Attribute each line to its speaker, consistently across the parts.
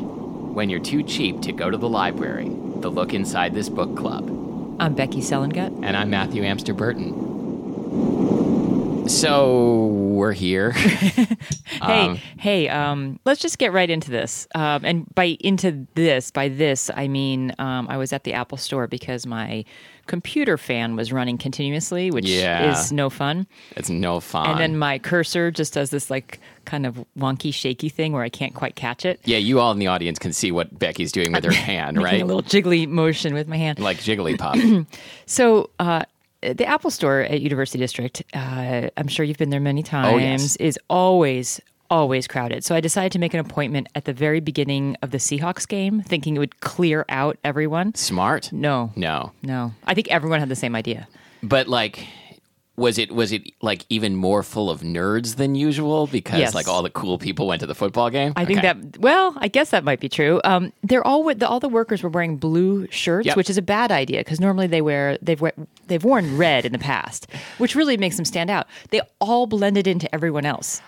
Speaker 1: when you're too cheap to go to the library. The look inside this book club.
Speaker 2: I'm Becky Selengut.
Speaker 1: And I'm Matthew Amster Burton. So we're here.
Speaker 2: Hey, hey, um, let's just get right into this. Um, and by into this, by this, I mean um, I was at the Apple store because my computer fan was running continuously, which
Speaker 1: Yeah.
Speaker 2: is no fun.
Speaker 1: it's no fun.
Speaker 2: And then my cursor just does this like kind of wonky, shaky thing where I can't quite catch it.
Speaker 1: yeah, you all in the audience can see what Becky's doing with her hand,
Speaker 2: Making
Speaker 1: right?
Speaker 2: A little jiggly motion with my hand.
Speaker 1: like Jigglypuff.
Speaker 2: So, uh, the Apple Store at University District, uh, I'm sure you've been there many times,
Speaker 1: Oh, yes.
Speaker 2: is always, always crowded. So, I decided to make an appointment at the very beginning of the Seahawks game, thinking it would clear out everyone.
Speaker 1: Smart?
Speaker 2: No,
Speaker 1: No.
Speaker 2: no. I think everyone had the same idea.
Speaker 1: But like was it was it like even more full of nerds than usual because
Speaker 2: Yes.
Speaker 1: like all the cool people went to the football game?
Speaker 2: I think that, well, I guess that might be true. Um, they're all, with- the, all the workers were wearing blue shirts,
Speaker 1: Yep.
Speaker 2: which is a bad idea because normally they wear, they've, we- they've worn red in the past, which really makes them stand out. They all blended into everyone else.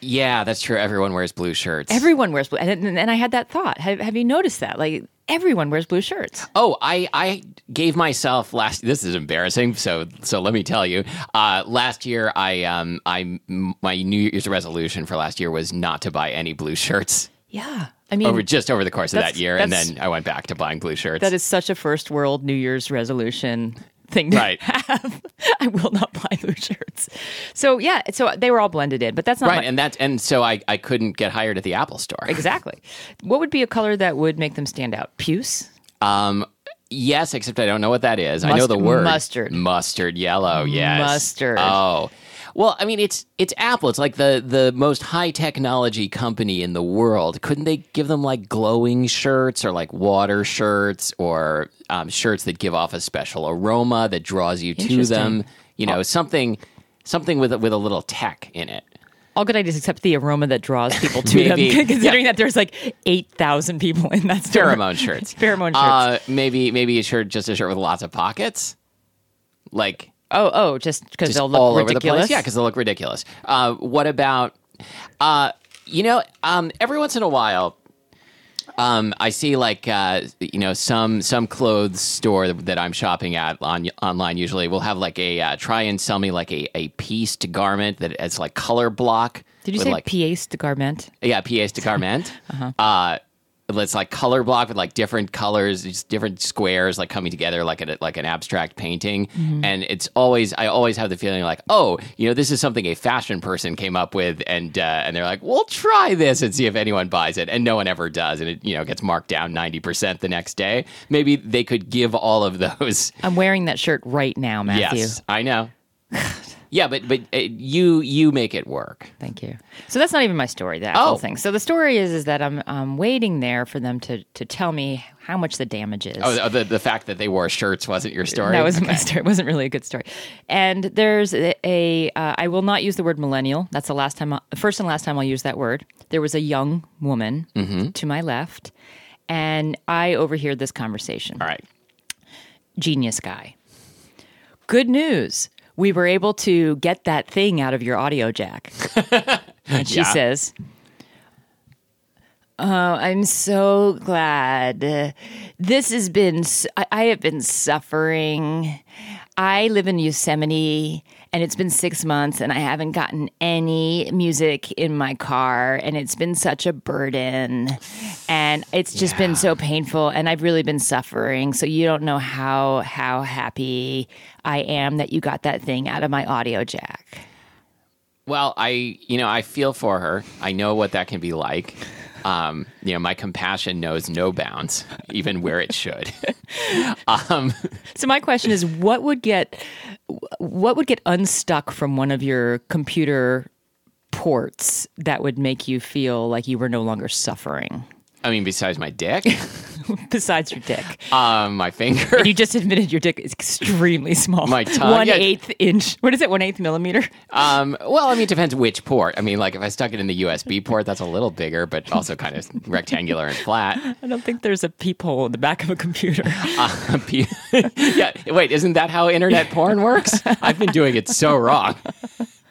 Speaker 1: Yeah, that's true. Everyone wears blue shirts.
Speaker 2: Everyone wears blue, and, and, and I had that thought. Have, have you noticed that? Like everyone wears blue shirts.
Speaker 1: Oh, I, I gave myself last. This is embarrassing. So so let me tell you. Uh, last year, I um I my New Year's resolution for last year was not to buy any blue shirts
Speaker 2: Yeah, I mean
Speaker 1: over just over the course of that
Speaker 2: That's-
Speaker 1: year, and
Speaker 2: that's-
Speaker 1: then I went back to buying blue shirts.
Speaker 2: that is such a first world New Year's resolution thing. To
Speaker 1: Right.
Speaker 2: have. I will not buy blue shirts. So yeah, so they were all blended in, but that's not
Speaker 1: right,
Speaker 2: my-
Speaker 1: and that's and so I I couldn't get hired at the Apple store.
Speaker 2: exactly. What would be a color that would make them stand out? Puce.
Speaker 1: Um. Yes, except I don't know what that is. I know
Speaker 2: Must-
Speaker 1: the word
Speaker 2: mustard.
Speaker 1: Mustard yellow. Yes.
Speaker 2: Mustard.
Speaker 1: Oh. Well, I mean, it's it's Apple. It's like the the most high technology company in the world. Couldn't they give them like glowing shirts or like water shirts or um, shirts that give off a special aroma that draws you to
Speaker 2: Interesting. Oh.
Speaker 1: them? You know, something something with a- with a little tech in it.
Speaker 2: All good ideas except the aroma that draws people to them.
Speaker 1: Maybe.
Speaker 2: Considering that there's like eight thousand people in that store.
Speaker 1: Pheromone shirts.
Speaker 2: Pheromone shirts.
Speaker 1: Uh, maybe maybe a shirt just a shirt with lots of pockets. Like
Speaker 2: oh, oh, just because
Speaker 1: just
Speaker 2: they'll look
Speaker 1: all
Speaker 2: ridiculous.
Speaker 1: over the place. Yeah, because they look ridiculous. Uh, what about, uh, you know, um, every once in a while, um, I see like uh, you know some some clothes store that I'm shopping at on online usually will have like a uh, try and sell me like a, a pieced garment that it's like color block.
Speaker 2: Did you
Speaker 1: with,
Speaker 2: say
Speaker 1: like
Speaker 2: pièce de garment?
Speaker 1: yeah, pièce de garment. uh it's like color block with like different colors, just different squares like coming together like a, like an abstract painting. And it's always I always have the feeling like, oh, you know, this is something a fashion person came up with, and uh, and they're like, we'll try this and see if anyone buys it, and no one ever does, and it you know gets marked down ninety percent the next day. Maybe they could give all of those.
Speaker 2: I'm wearing that shirt right now, Matthew.
Speaker 1: Yes, I know. yeah, but but uh, you you make it work.
Speaker 2: Thank you. So that's not even my story. The Apple
Speaker 1: Oh.
Speaker 2: thing. So the story is is that I'm I'm waiting there for them to to tell me how much the damage is.
Speaker 1: Oh, the, the fact that they wore shirts wasn't your story.
Speaker 2: That wasn't my story. It wasn't really a good story. And there's a, a uh, I will not use the word millennial. That's the last time, I, first and last time I'll use that word. There was a young woman
Speaker 1: Mm-hmm.
Speaker 2: to my left, and I overheard this conversation.
Speaker 1: All right.
Speaker 2: genius guy. Good news. We were able to get that thing out of your audio jack. and she
Speaker 1: Yeah.
Speaker 2: says, Oh, I'm so glad. This has been, s- I, I have been suffering. I live in Yosemite and it's been six months and I haven't gotten any music in my car and it's been such a burden and it's just been so painful and I've really been suffering. So you don't know how, how happy I am that you got that thing out of my audio jack.
Speaker 1: Well, I, you know, I feel for her. I know what that can be like. Um, you know, my compassion knows no bounds, even where it should.
Speaker 2: So my question is, what would get what would get unstuck from one of your computer ports that would make you feel like you were no longer suffering?
Speaker 1: I mean, besides my dick,
Speaker 2: Besides your dick,
Speaker 1: um, my finger,
Speaker 2: you just admitted your dick is extremely small.
Speaker 1: My tongue,
Speaker 2: one
Speaker 1: yeah.
Speaker 2: eighth inch. What is it? One eighth millimeter.
Speaker 1: um, well, I mean, it depends which port. I mean, like if I stuck it in the USB port, that's a little bigger, but also kind of rectangular and flat.
Speaker 2: I don't think there's a peephole in the back of a computer.
Speaker 1: Uh, pe- yeah, wait, isn't that how internet porn works? I've been doing it so wrong.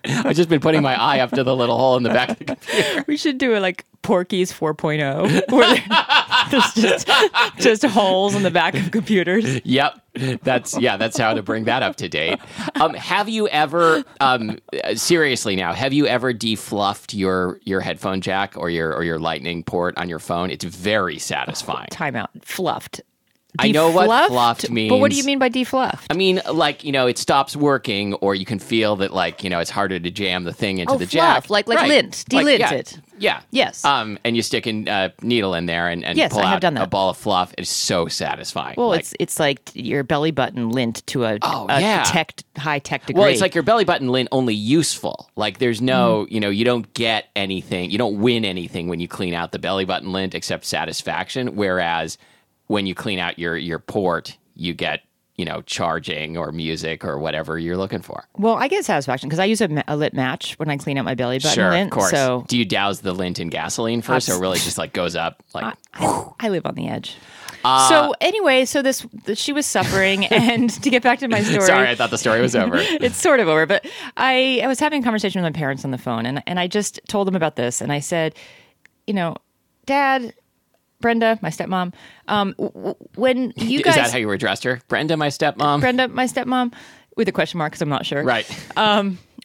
Speaker 1: I've just been putting my eye up to the little hole in the back of the computer.
Speaker 2: we should do it like Porky's 4.0, oh, where they're, There's just just holes in the back of computers.
Speaker 1: Yep. That's yeah, that's how to bring that up to date. Um, have you ever um, seriously now, have you ever defluffed your your headphone jack or your or your lightning port on your phone? It's very satisfying.
Speaker 2: Timeout. Fluffed.
Speaker 1: I know what
Speaker 2: Defluffed?
Speaker 1: fluffed
Speaker 2: But what do you
Speaker 1: means.
Speaker 2: mean by defluffed?
Speaker 1: I mean, like, you know, it stops working or you can feel that like, you know, it's harder to jam the thing into
Speaker 2: Oh,
Speaker 1: the
Speaker 2: fluff,
Speaker 1: jack.
Speaker 2: like- like lint, delint
Speaker 1: yeah,
Speaker 2: it.
Speaker 1: Yeah.
Speaker 2: Yes.
Speaker 1: Um, and you stick a uh, needle in there and, and
Speaker 2: Yes,
Speaker 1: pull
Speaker 2: I have
Speaker 1: out
Speaker 2: done
Speaker 1: a
Speaker 2: that.
Speaker 1: ball of fluff. It's so satisfying.
Speaker 2: Well,
Speaker 1: Like,
Speaker 2: it's it's like your belly button lint to a,
Speaker 1: Oh,
Speaker 2: a
Speaker 1: yeah.
Speaker 2: tech high tech degree.
Speaker 1: Well, it's like your belly button lint only useful. Like there's no,
Speaker 2: Mm-hmm.
Speaker 1: you know, you don't get anything, you don't win anything when you clean out the belly button lint except satisfaction. Whereas when you clean out your your port, you get, you know, charging or music or whatever you're looking for.
Speaker 2: well, I get satisfaction because I use a, ma- a lit match when I clean out my belly button
Speaker 1: sure,
Speaker 2: lint.
Speaker 1: of course.
Speaker 2: So
Speaker 1: Do you douse the lint in gasoline first, or really just like goes up? Like
Speaker 2: I, I live on the edge.
Speaker 1: Uh,
Speaker 2: so anyway, so this she was suffering, and to get back to my story,
Speaker 1: sorry, I thought the story was over.
Speaker 2: it's sort of over. But I, I was having a conversation with my parents on the phone, and, and I just told them about this. And I said, you know, Dad, Brenda, my stepmom, um, w- w- when you
Speaker 1: Is
Speaker 2: guys,
Speaker 1: that how you were addressed her, Brenda, my stepmom?
Speaker 2: Brenda, my stepmom, with a question mark because I'm not sure.
Speaker 1: right.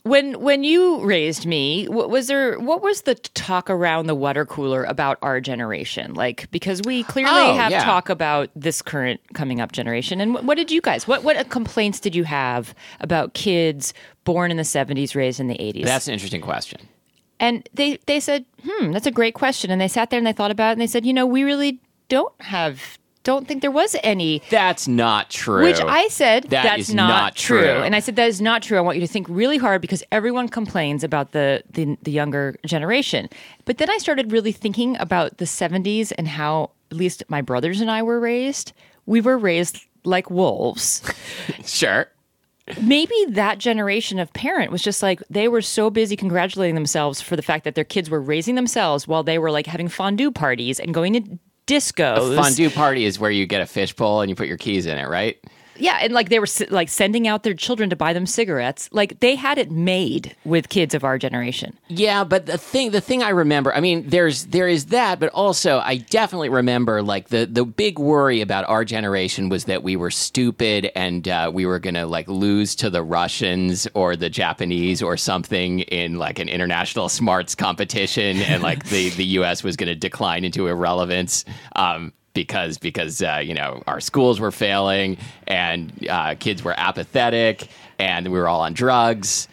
Speaker 2: When when you raised me, what was there? What was the talk around the water cooler about our generation? Like because we clearly
Speaker 1: Oh,
Speaker 2: have
Speaker 1: yeah.
Speaker 2: talk about this current coming up generation. And what, what did you guys? What what complaints did you have about kids born in the seventies, raised in the eighties?
Speaker 1: That's an interesting question.
Speaker 2: And they they said, "Hmm, that's a great question." And they sat there and they thought about it and they said, "You know, we really don't have don't think there was any."
Speaker 1: That's not true.
Speaker 2: Which I said
Speaker 1: That
Speaker 2: that's
Speaker 1: is not
Speaker 2: true.
Speaker 1: true.
Speaker 2: And I said that is not true. I want you to think really hard because everyone complains about the the, the younger generation. But then I started really thinking about the 70s and how at least my brothers and I were raised. We were raised like wolves
Speaker 1: sure.
Speaker 2: maybe that generation of parent was just like they were so busy congratulating themselves for the fact that their kids were raising themselves while they were like having fondue parties and going to discos.
Speaker 1: Fondue party is where you get a fishbowl and you put your keys in it, right?
Speaker 2: Yeah, and like they were s- like sending out their children to buy them cigarettes. Like they had it made with kids of our generation.
Speaker 1: Yeah, but the thing the thing I remember, I mean, there's there is that, but also I definitely remember like the the big worry about our generation was that we were stupid and uh, we were gonna like lose to the Russians or the Japanese or something in like an international smarts competition, and like the the U.S. was gonna decline into irrelevance. Um, because because uh, you know our schools were failing and uh, kids were apathetic and we were all on drugs.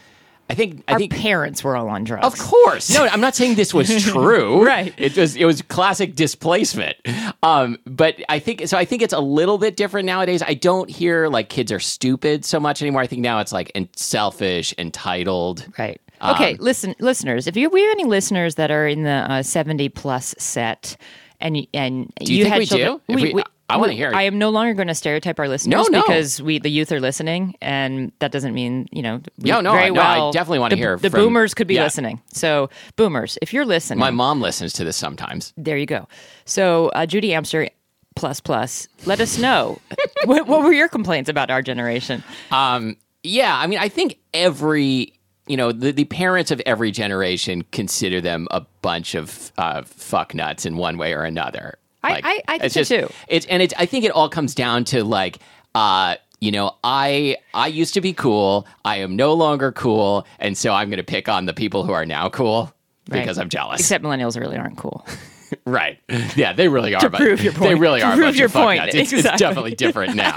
Speaker 1: I think I
Speaker 2: Our
Speaker 1: think
Speaker 2: parents were all on drugs.
Speaker 1: of course. No, I'm not saying this was true.
Speaker 2: Right.
Speaker 1: It was it was classic displacement. Um, but I think so I think it's a little bit different nowadays. I don't hear like kids are stupid so much anymore. I think now it's like en- selfish, entitled.
Speaker 2: Right. Okay, listen, listeners. If you we have any listeners that are in the uh, seventy plus set, and y- and
Speaker 1: you think
Speaker 2: had
Speaker 1: we
Speaker 2: children-
Speaker 1: do? If we- I wanna hear it.
Speaker 2: I am no longer going to stereotype our listeners
Speaker 1: no.
Speaker 2: because we the youth are listening, and that doesn't mean you know. we-
Speaker 1: No, no,
Speaker 2: very
Speaker 1: I- no, I
Speaker 2: well,
Speaker 1: definitely wanna
Speaker 2: the-
Speaker 1: hear
Speaker 2: The
Speaker 1: from-
Speaker 2: boomers could be
Speaker 1: yeah.
Speaker 2: listening. So boomers, if you're listening,
Speaker 1: My mom listens to this sometimes.
Speaker 2: there you go. So uh, Judy Amster. Plus, plus, let us know what, what were your complaints about our generation.
Speaker 1: Um, yeah, I mean, I think every you know the, the parents of every generation consider them a bunch of uh, fuck nuts in one way or another.
Speaker 2: I- I- I think
Speaker 1: it's
Speaker 2: so,
Speaker 1: just-
Speaker 2: too.
Speaker 1: It's and it's I think it all comes down to like uh, you know I I used to be cool. I am no longer cool, and so I'm going to pick on the people who are now cool
Speaker 2: Right.
Speaker 1: because I'm jealous.
Speaker 2: Except millennials really aren't cool.
Speaker 1: right? Yeah, they really are. To
Speaker 2: prove your
Speaker 1: They
Speaker 2: point.
Speaker 1: really
Speaker 2: To
Speaker 1: are. a
Speaker 2: prove
Speaker 1: bunch
Speaker 2: your
Speaker 1: of fuck
Speaker 2: point.
Speaker 1: nuts. It's, it's
Speaker 2: Exactly.
Speaker 1: definitely different now.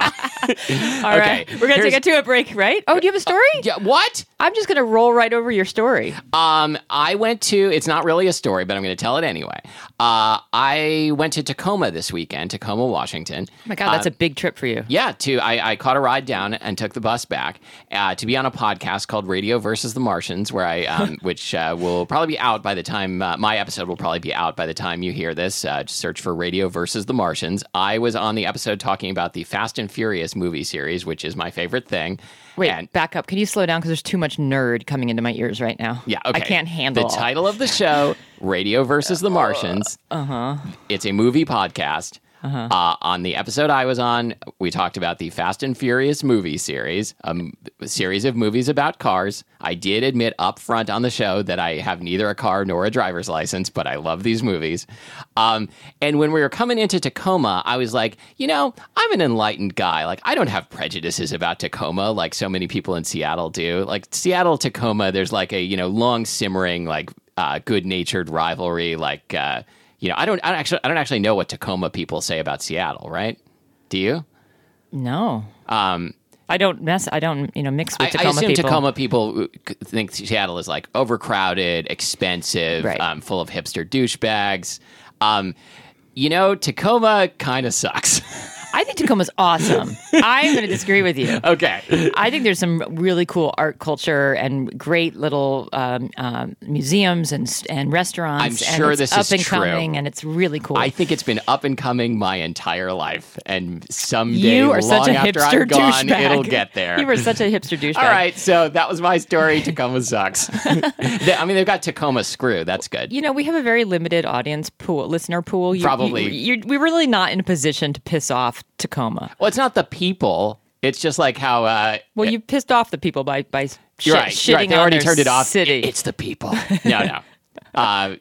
Speaker 2: All right. we're gonna
Speaker 1: here's-
Speaker 2: take a two a break, right? Oh, do you have a story? Oh
Speaker 1: yeah. What?
Speaker 2: I'm just going to roll right over your story.
Speaker 1: Um, I went to. It's not really a story, but I'm going to tell it anyway. Uh, I went to Tacoma this weekend, Tacoma, Washington.
Speaker 2: my God, that's a big trip for you.
Speaker 1: Yeah, to I, I caught a ride down and took the bus back uh, to be on a podcast called Radio versus the Martians, where I, um, which uh, will probably be out by the time uh, my episode will probably be out by the time you hear this. Uh, just search for Radio versus the Martians. I was on the episode talking about the Fast and Furious movie series, which is my favorite thing.
Speaker 2: Wait,
Speaker 1: And-
Speaker 2: back up. Can you slow down? Because there's too much nerd coming into my ears right now.
Speaker 1: Yeah, okay.
Speaker 2: I can't handle
Speaker 1: the title of the show, Radio versus the Martians. Uh huh. It's a movie podcast. Uh, on the episode I was on, we talked about the Fast and Furious movie series, um, a series of movies about cars. I did admit up front on the show that I have neither a car nor a driver's license, but I love these movies. Um, and when we were coming into Tacoma, I was like, you know, I'm an enlightened guy. Like, I don't have prejudices about Tacoma like so many people in Seattle do. Like, Seattle, Tacoma, there's like a, you know, long simmering, like, uh, good-natured rivalry. Like, uh, you know, I don't, I don't actually, I don't actually know what Tacoma people say about Seattle, right? Do you?
Speaker 2: No. Um, I don't mess. I don't you know mix with
Speaker 1: I, I
Speaker 2: Tacoma
Speaker 1: assume
Speaker 2: people.
Speaker 1: Tacoma people think Seattle is like overcrowded, expensive,
Speaker 2: Right.
Speaker 1: um, full of hipster douchebags. Um, you know, Tacoma kind of sucks.
Speaker 2: I think Tacoma's awesome. I'm going to disagree with you.
Speaker 1: okay.
Speaker 2: I think there's some really cool art culture and great little um, um, museums and s- and restaurants.
Speaker 1: I'm
Speaker 2: and
Speaker 1: sure
Speaker 2: it's
Speaker 1: this
Speaker 2: up
Speaker 1: is
Speaker 2: and
Speaker 1: true.
Speaker 2: coming, and it's really cool.
Speaker 1: I think it's been up and coming my entire life, and someday,
Speaker 2: you are
Speaker 1: long
Speaker 2: such a
Speaker 1: after
Speaker 2: hipster
Speaker 1: I'm gone,
Speaker 2: douchebag.
Speaker 1: it'll get there.
Speaker 2: You are such a hipster douchebag.
Speaker 1: All right, so that was my story. Tacoma sucks. They- I mean, they've got Tacoma Screw. That's good.
Speaker 2: You know, we have a very limited audience pool, listener pool. You,
Speaker 1: Probably.
Speaker 2: you, you- we're really not in a position to piss off Tacoma.
Speaker 1: Well, it's not the people. It's just like how uh,
Speaker 2: Well, you pissed off the people by by shit,
Speaker 1: you're right.
Speaker 2: shitting
Speaker 1: You're right. They
Speaker 2: on
Speaker 1: already
Speaker 2: their
Speaker 1: turned it off.
Speaker 2: City.
Speaker 1: It- it's the people. No, no. uh,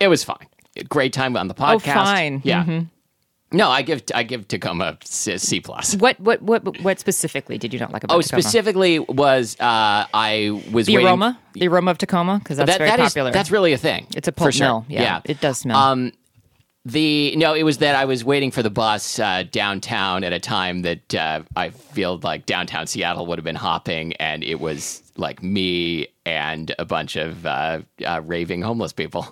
Speaker 1: it was fine. Great time on the podcast.
Speaker 2: Oh, fine. Mm-hmm.
Speaker 1: Yeah. No, I give I give Tacoma C, C plus.
Speaker 2: what what what what specifically did you not like about
Speaker 1: Oh,
Speaker 2: Tacoma?
Speaker 1: specifically was uh, I was
Speaker 2: the
Speaker 1: waiting-
Speaker 2: aroma, the aroma of Tacoma, because that's
Speaker 1: That,
Speaker 2: very
Speaker 1: that is-
Speaker 2: popular.
Speaker 1: that's really a thing.
Speaker 2: it's a
Speaker 1: for
Speaker 2: pulp
Speaker 1: sure.
Speaker 2: mill. Yeah, it does smell.
Speaker 1: Um, the no, it was that I was waiting for the bus uh, downtown at a time that uh, I feel like downtown Seattle would have been hopping, and it was like me and a bunch of uh, uh, raving homeless people.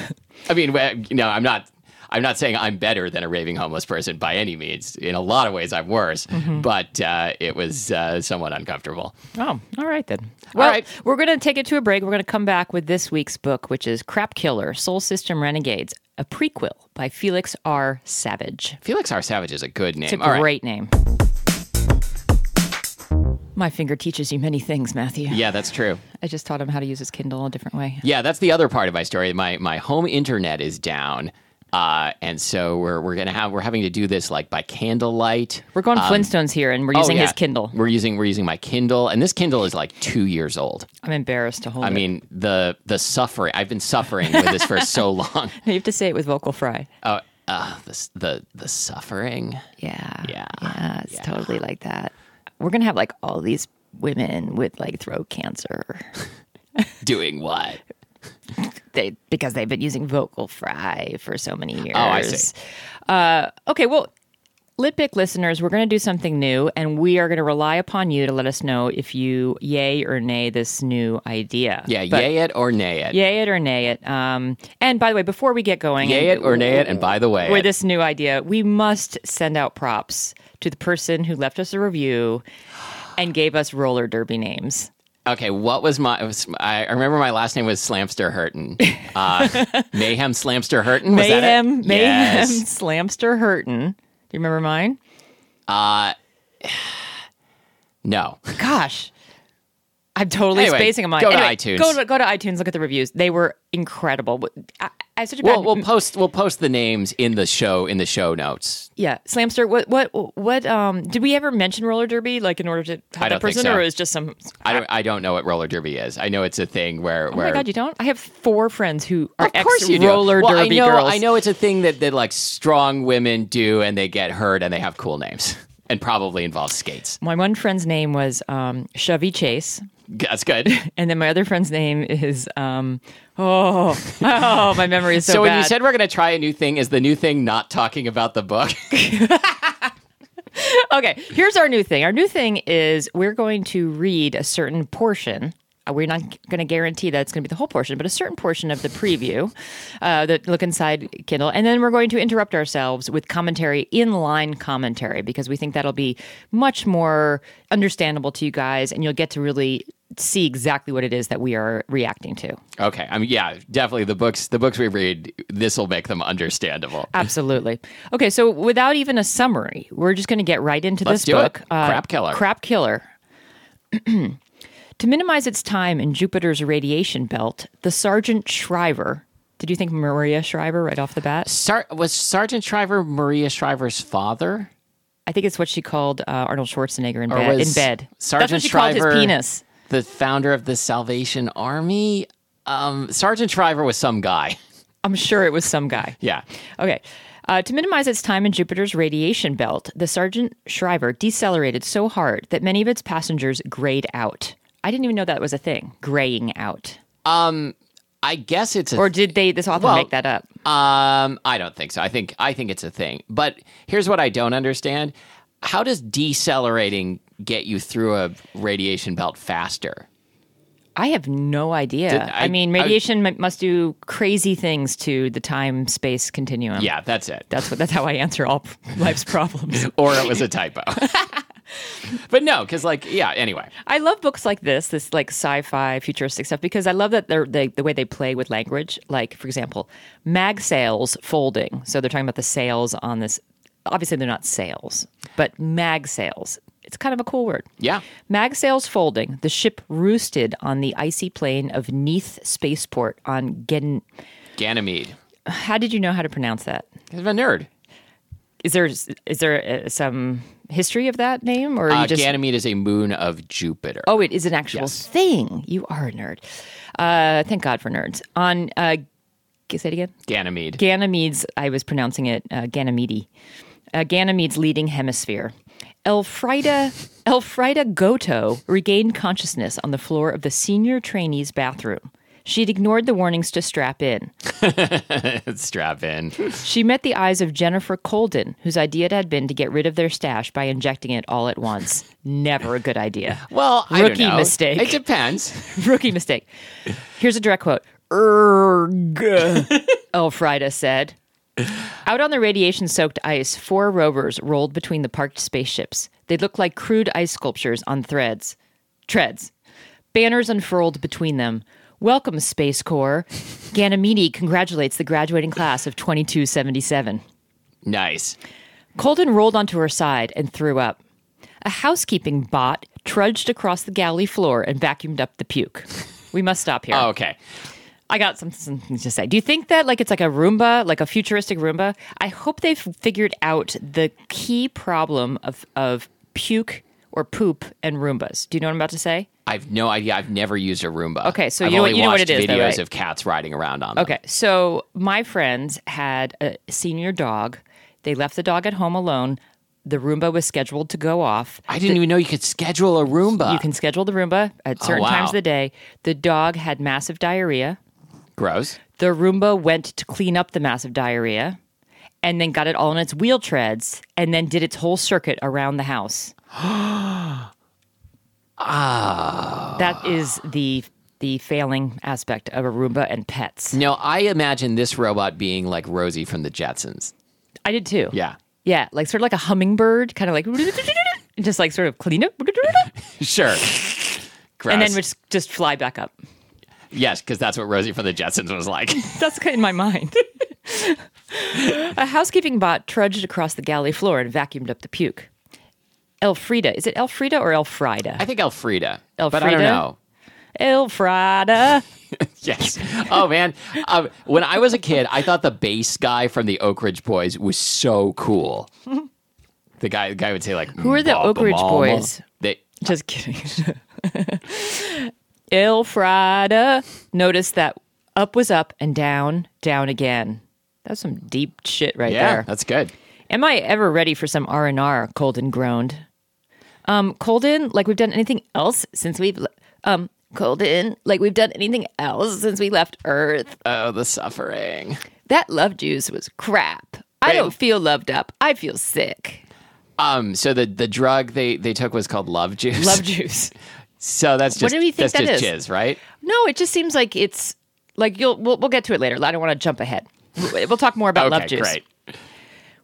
Speaker 1: I mean, well, you know, I'm not. I'm not saying I'm better than a raving homeless person by any means. In a lot of ways, I'm worse,
Speaker 2: Mm-hmm.
Speaker 1: but uh, it was uh, somewhat uncomfortable.
Speaker 2: oh, all right then. Well,
Speaker 1: right.
Speaker 2: we're going to take it to a break. We're going to come back with this week's book, which is Crap Killer: Soul System Renegades, a prequel by Felix R. Savage.
Speaker 1: Felix R. Savage is a good name.
Speaker 2: It's a
Speaker 1: All right.
Speaker 2: great name. My finger teaches you many things, Matthew.
Speaker 1: Yeah, that's true.
Speaker 2: I just taught him how to use his Kindle a different way.
Speaker 1: Yeah, that's the other part of my story. My my home internet is down. Uh, and so we're we're gonna have we're having to do this like by candlelight.
Speaker 2: We're going Flintstones here, and we're using
Speaker 1: Um, Oh, yeah.
Speaker 2: his Kindle.
Speaker 1: We're using we're using my Kindle, and this Kindle is like two years old.
Speaker 2: I'm embarrassed to hold
Speaker 1: I mean the the suffering I've been suffering with this for so long.
Speaker 2: it. You have to say it with vocal fry.
Speaker 1: Oh, uh, the s- the the suffering.
Speaker 2: Yeah.
Speaker 1: Yeah.
Speaker 2: Yeah. It's totally like that. We're going to have like all these women with like throat cancer
Speaker 1: Doing what?
Speaker 2: they because they've been using vocal fry for so many years.
Speaker 1: Oh, I see.
Speaker 2: Uh, okay. Well, Litpic listeners, we're going to do something new and we are going to rely upon you to let us know if you yay or nay this new idea.
Speaker 1: Yeah,
Speaker 2: But
Speaker 1: yay it or nay it.
Speaker 2: Yay it or nay it. Um, and by the way, before we get going,
Speaker 1: Yay it or nay it, and by the way,
Speaker 2: with
Speaker 1: it.
Speaker 2: this new idea, we must send out props to the person who left us a review and gave us roller derby names.
Speaker 1: Okay, what was my? it was- I I remember my last name was Slamster Hurton. Uh, Mayhem Slamster Hurton. Was that
Speaker 2: Mayhem,
Speaker 1: it?
Speaker 2: Mayhem,
Speaker 1: Yes.
Speaker 2: Slamster Hurton. Do you remember mine?
Speaker 1: No.
Speaker 2: Gosh. I'm totally
Speaker 1: Anyway,
Speaker 2: spacing on mine.
Speaker 1: go to
Speaker 2: Anyway,
Speaker 1: iTunes.
Speaker 2: Go to, go to iTunes. Look at the reviews. They were incredible. I, I have such a bad.
Speaker 1: We'll, we'll post we'll post the names in the show in the show notes.
Speaker 2: yeah, Slamster. What? What? What? Um. Did we ever mention roller derby? Like in order to
Speaker 1: I
Speaker 2: have
Speaker 1: don't
Speaker 2: that
Speaker 1: think
Speaker 2: person,
Speaker 1: so.
Speaker 2: or is just some?
Speaker 1: I don't I don't know what roller derby is. I know it's a thing where
Speaker 2: Oh
Speaker 1: where
Speaker 2: my god, you don't? I have four friends who are
Speaker 1: of course
Speaker 2: ex
Speaker 1: you do.
Speaker 2: roller
Speaker 1: well,
Speaker 2: derby
Speaker 1: I know,
Speaker 2: girls.
Speaker 1: I know it's a thing that that like strong women do, and they get hurt, and they have cool names, and probably involve skates.
Speaker 2: My one friend's name was um, Chevy Chase,
Speaker 1: That's good.
Speaker 2: and then my other friend's name is um, oh oh my memory is so,
Speaker 1: So when
Speaker 2: bad.
Speaker 1: you said we're gonna try a new thing, is the new thing not talking about the book?
Speaker 2: okay, here's our new thing. Our new thing is we're going to read a certain portion. Uh, We're not going to guarantee that it's going to be the whole portion, but a certain portion of the preview, uh, the look inside Kindle, and then we're going to interrupt ourselves with commentary, in-line commentary, because we think that'll be much more understandable to you guys, and you'll get to really see exactly what it is that we are reacting to.
Speaker 1: Okay. I mean, yeah, definitely the books. The books we read, this will make them understandable.
Speaker 2: Absolutely. Okay, so without even a summary, we're just going to get right into
Speaker 1: Let's
Speaker 2: this
Speaker 1: do
Speaker 2: book. uh,
Speaker 1: it. Crap Killer.
Speaker 2: Crap Killer. to minimize its time in Jupiter's radiation belt, the Sergeant Shriver Did you think Maria Shriver right off the bat?
Speaker 1: Sar- was Sergeant Shriver Maria Shriver's father?
Speaker 2: I think it's what she called uh, Arnold Schwarzenegger in
Speaker 1: Or
Speaker 2: bed.
Speaker 1: was
Speaker 2: In bed.
Speaker 1: Sergeant
Speaker 2: That's what she
Speaker 1: Shriver,
Speaker 2: called his penis.
Speaker 1: the founder of the Salvation Army. Um, Sergeant Shriver was some guy.
Speaker 2: I'm sure it was some guy.
Speaker 1: Yeah.
Speaker 2: Okay. Uh, to minimize its time in Jupiter's radiation belt, the Sergeant Shriver decelerated so hard that many of its passengers grayed out. I didn't even know that was a thing, graying out.
Speaker 1: I guess it's a
Speaker 2: Or did they, this author,
Speaker 1: Well-
Speaker 2: make that up?
Speaker 1: Um, I don't think so. I think I think it's a thing. But here's what I don't understand: How does decelerating get you through a radiation belt faster?
Speaker 2: I have no idea. I,
Speaker 1: I-
Speaker 2: mean,
Speaker 1: I-
Speaker 2: radiation m- must do crazy things to the time space continuum.
Speaker 1: Yeah, that's it.
Speaker 2: That's what. That's how I answer all life's problems.
Speaker 1: or it was a typo. but no, because like yeah. Anyway,
Speaker 2: I love books like this, this like sci-fi futuristic stuff, because I love that they're they, the way they play with language. Like for example, mag sales folding. So they're talking about the sales on this. Obviously, they're not sales, but mag sales. It's kind of a cool word.
Speaker 1: Yeah.
Speaker 2: Mag sails folding. The ship roosted on the icy plain of Neath spaceport on Gen.
Speaker 1: Ganymede.
Speaker 2: How did you know how to pronounce that?
Speaker 1: I'm a nerd.
Speaker 2: Is there is there uh, some history of that name, or are
Speaker 1: Uh,
Speaker 2: you just
Speaker 1: Ganymede is a moon of Jupiter.
Speaker 2: Oh, it is an actual thing. You are a nerd. Uh, thank God for nerds. On uh, g- say it again.
Speaker 1: Ganymede.
Speaker 2: Ganymede's. I was pronouncing it uh, Ganymede. Uh, Ganymede's leading hemisphere. Elfrida Elfrida Goto regained consciousness on the floor of the senior trainee's bathroom. She had ignored the warnings to strap in.
Speaker 1: Strap in.
Speaker 2: She met the eyes of Jennifer Colden, whose idea it had been to get rid of their stash by injecting it all at once. Never a good idea.
Speaker 1: Well, I
Speaker 2: Rookie
Speaker 1: don't know.
Speaker 2: mistake.
Speaker 1: It depends.
Speaker 2: Rookie mistake. Here's a direct quote. Erg, Elfrida said. Out on the radiation soaked ice, four rovers rolled between the parked spaceships. They looked like crude ice sculptures on threads. Treads. Banners unfurled between them. Welcome, Space Corps. Ganymede congratulates the graduating class of 2277.
Speaker 1: Nice.
Speaker 2: Colden rolled onto her side and threw up. A housekeeping bot trudged across the galley floor and vacuumed up the puke. We must stop here.
Speaker 1: Okay.
Speaker 2: I got some- something to say. Do you think that like it's like a Roomba, like a futuristic Roomba? I hope they've figured out the key problem of of puke or poop and Roombas. Do you know what I'm about to say?
Speaker 1: I've no idea. I've never used a Roomba.
Speaker 2: Okay, so
Speaker 1: I've
Speaker 2: you know what-
Speaker 1: only
Speaker 2: you know what
Speaker 1: watched
Speaker 2: it is, though,
Speaker 1: Videos
Speaker 2: right?
Speaker 1: of cats riding around on. them.
Speaker 2: Okay, so my friends had a senior dog. They left the dog at home alone. The Roomba was scheduled to go off.
Speaker 1: I didn't even know you could schedule a Roomba.
Speaker 2: You can schedule the Roomba at certain
Speaker 1: wow.
Speaker 2: times of the day. The dog had massive diarrhea.
Speaker 1: Gross.
Speaker 2: The Roomba went to clean up the massive diarrhea and then got it all in its wheel treads and then did its whole circuit around the house. ah. That is the the failing aspect of a Roomba and pets.
Speaker 1: No, I imagine this robot being like Rosie from the Jetsons.
Speaker 2: I did too.
Speaker 1: Yeah.
Speaker 2: Yeah, like sort of like a hummingbird, kind of like just like sort of clean up
Speaker 1: Sure. Gross.
Speaker 2: and then just just fly back up.
Speaker 1: yes, because that's what Rosie from the Jetsons was like.
Speaker 2: That's in my mind. a housekeeping bot trudged across the galley floor and vacuumed up the puke. Elfrida, is it Elfrida or Elfrida?
Speaker 1: I think Elfrida. But I
Speaker 2: Elfrida?
Speaker 1: don't know.
Speaker 2: Elfrida.
Speaker 1: Yes. Oh man. Um, when I was a kid, I thought the bass guy from the Oak Ridge Boys was so cool. The guy, the guy would say like, "Who
Speaker 2: are the Oak Ridge Boys?
Speaker 1: They,
Speaker 2: Just kidding. Elfrida. Notice that up was up and down, down again. That's some deep shit right
Speaker 1: yeah,
Speaker 2: there.
Speaker 1: that's good.
Speaker 2: Am I ever ready for some R and R? Colden groaned. Um, Colden, like we've done anything else since we've le- um Colden, like we've done anything else since we left Earth.
Speaker 1: Oh, the suffering.
Speaker 2: That love juice was crap. I
Speaker 1: Wait.
Speaker 2: don't feel loved up. I feel sick.
Speaker 1: Um. So the the drug they they took was called love juice.
Speaker 2: Love juice.
Speaker 1: So that's just
Speaker 2: do we think
Speaker 1: that's
Speaker 2: that
Speaker 1: just
Speaker 2: is?
Speaker 1: jizz, right?
Speaker 2: No, it just seems like it's like you'll we'll, we'll get to it later. I don't want to jump ahead. We'll we'll talk more about love
Speaker 1: okay,
Speaker 2: juice.
Speaker 1: great.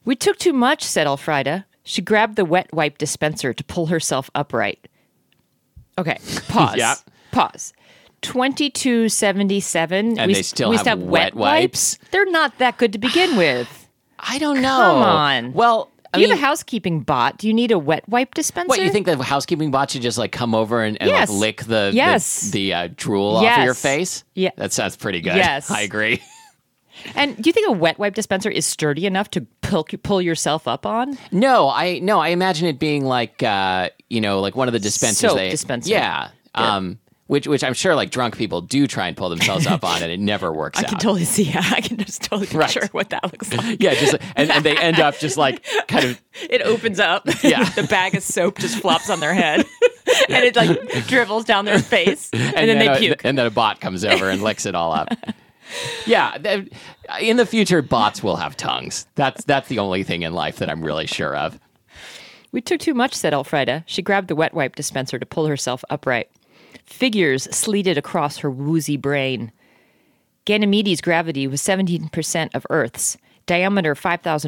Speaker 2: We took too much, said Elfrida. She grabbed the wet wipe dispenser to pull herself upright. Okay, pause.
Speaker 1: Yeah.
Speaker 2: Pause. 2277.
Speaker 1: And
Speaker 2: we,
Speaker 1: they still
Speaker 2: we
Speaker 1: have wet wipes?
Speaker 2: They're not that good to begin with.
Speaker 1: I don't know.
Speaker 2: Come on.
Speaker 1: Well, I
Speaker 2: you
Speaker 1: mean,
Speaker 2: have a housekeeping bot. Do you need a wet wipe dispenser?
Speaker 1: what you think the housekeeping bot should just like come over and, and
Speaker 2: Yes.
Speaker 1: like lick the
Speaker 2: Yes.
Speaker 1: the, the uh, drool off
Speaker 2: Yes.
Speaker 1: of your face?
Speaker 2: Yeah.
Speaker 1: that sounds pretty good.
Speaker 2: Yes.
Speaker 1: I agree.
Speaker 2: And do you think a wet wipe dispenser is sturdy enough to pull, pull yourself up on?
Speaker 1: No, I no, I imagine it being like uh, you know, like one of the dispensers
Speaker 2: Soap
Speaker 1: they
Speaker 2: dispenser.
Speaker 1: Yeah. Um which which I'm sure like drunk people do try and pull themselves up on and it never works
Speaker 2: I
Speaker 1: out.
Speaker 2: can totally see. Yeah, I can just totally
Speaker 1: Right.
Speaker 2: picture what that looks like.
Speaker 1: yeah, just and, and they end up just like kind of
Speaker 2: It opens up.
Speaker 1: Yeah.
Speaker 2: the bag of soap just flops on their head, and it like dribbles down their face, and, then,
Speaker 1: a,
Speaker 2: they puke.
Speaker 1: And then uh, a bot comes over and licks it all up. yeah, th- in the future, bots will have tongues. That's that's the only thing in life that I'm really sure of.
Speaker 2: We took too much," said Elfrida. She grabbed the wet wipe dispenser to pull herself upright. Figures sleeted across her woozy brain. Ganymedes' gravity was 17% of Earth's, diameter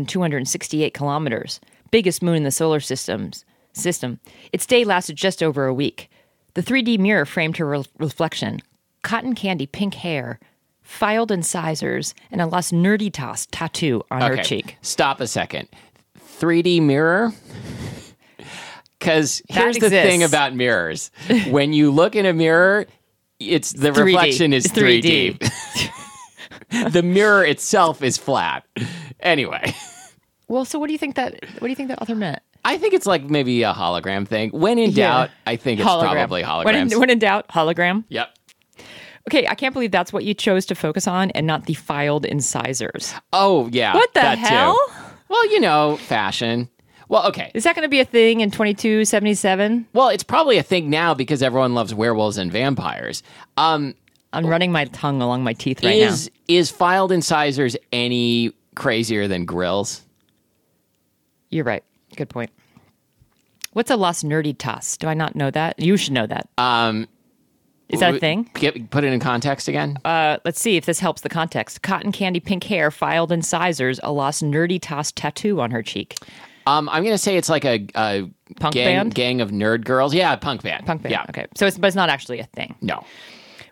Speaker 2: 5,268 kilometers, biggest moon in the solar system's system. Its day lasted just over a week. The 3D mirror framed her re- reflection. Cotton candy pink hair, filed incisors, and a Las Nerditas tattoo on her cheek.
Speaker 1: Stop a second. 3D mirror. Because here's the
Speaker 2: exists.
Speaker 1: thing about mirrors: when you look in a mirror, it's the
Speaker 2: 3D.
Speaker 1: reflection is
Speaker 2: It's 3D.
Speaker 1: 3D. the mirror itself is flat. Anyway.
Speaker 2: Well, so what do you think that what do you think that author meant?
Speaker 1: I think it's like maybe a hologram thing. When in doubt, I think it's probably
Speaker 2: When
Speaker 1: holograms.
Speaker 2: in, when in doubt, hologram.
Speaker 1: yep.
Speaker 2: Okay, I can't believe that's what you chose to focus on and not the filed incisors.
Speaker 1: Oh yeah.
Speaker 2: What the
Speaker 1: that too.
Speaker 2: hell?
Speaker 1: Well, you know, fashion. Well, okay.
Speaker 2: Is that going to be a thing in 2277?
Speaker 1: Well, it's probably a thing now because everyone loves werewolves and vampires. Um,
Speaker 2: I'm running my tongue along my teeth right
Speaker 1: is is filed incisors any crazier than grills?
Speaker 2: now. You're right. Good point. What's a lost nerdy toss? Do I not know that? You should know that. Um, is that a thing?
Speaker 1: Get, put it in context again.
Speaker 2: Uh, let's see if this helps the context. Cotton candy pink hair, filed incisors, a lost nerdy toss tattoo on her cheek.
Speaker 1: um, I'm gonna say it's like a, a
Speaker 2: Punk
Speaker 1: gang,
Speaker 2: band?
Speaker 1: gang of nerd girls. Yeah, punk band.
Speaker 2: Punk band.
Speaker 1: Yeah.
Speaker 2: Okay. So it's but it's not actually a thing.
Speaker 1: No.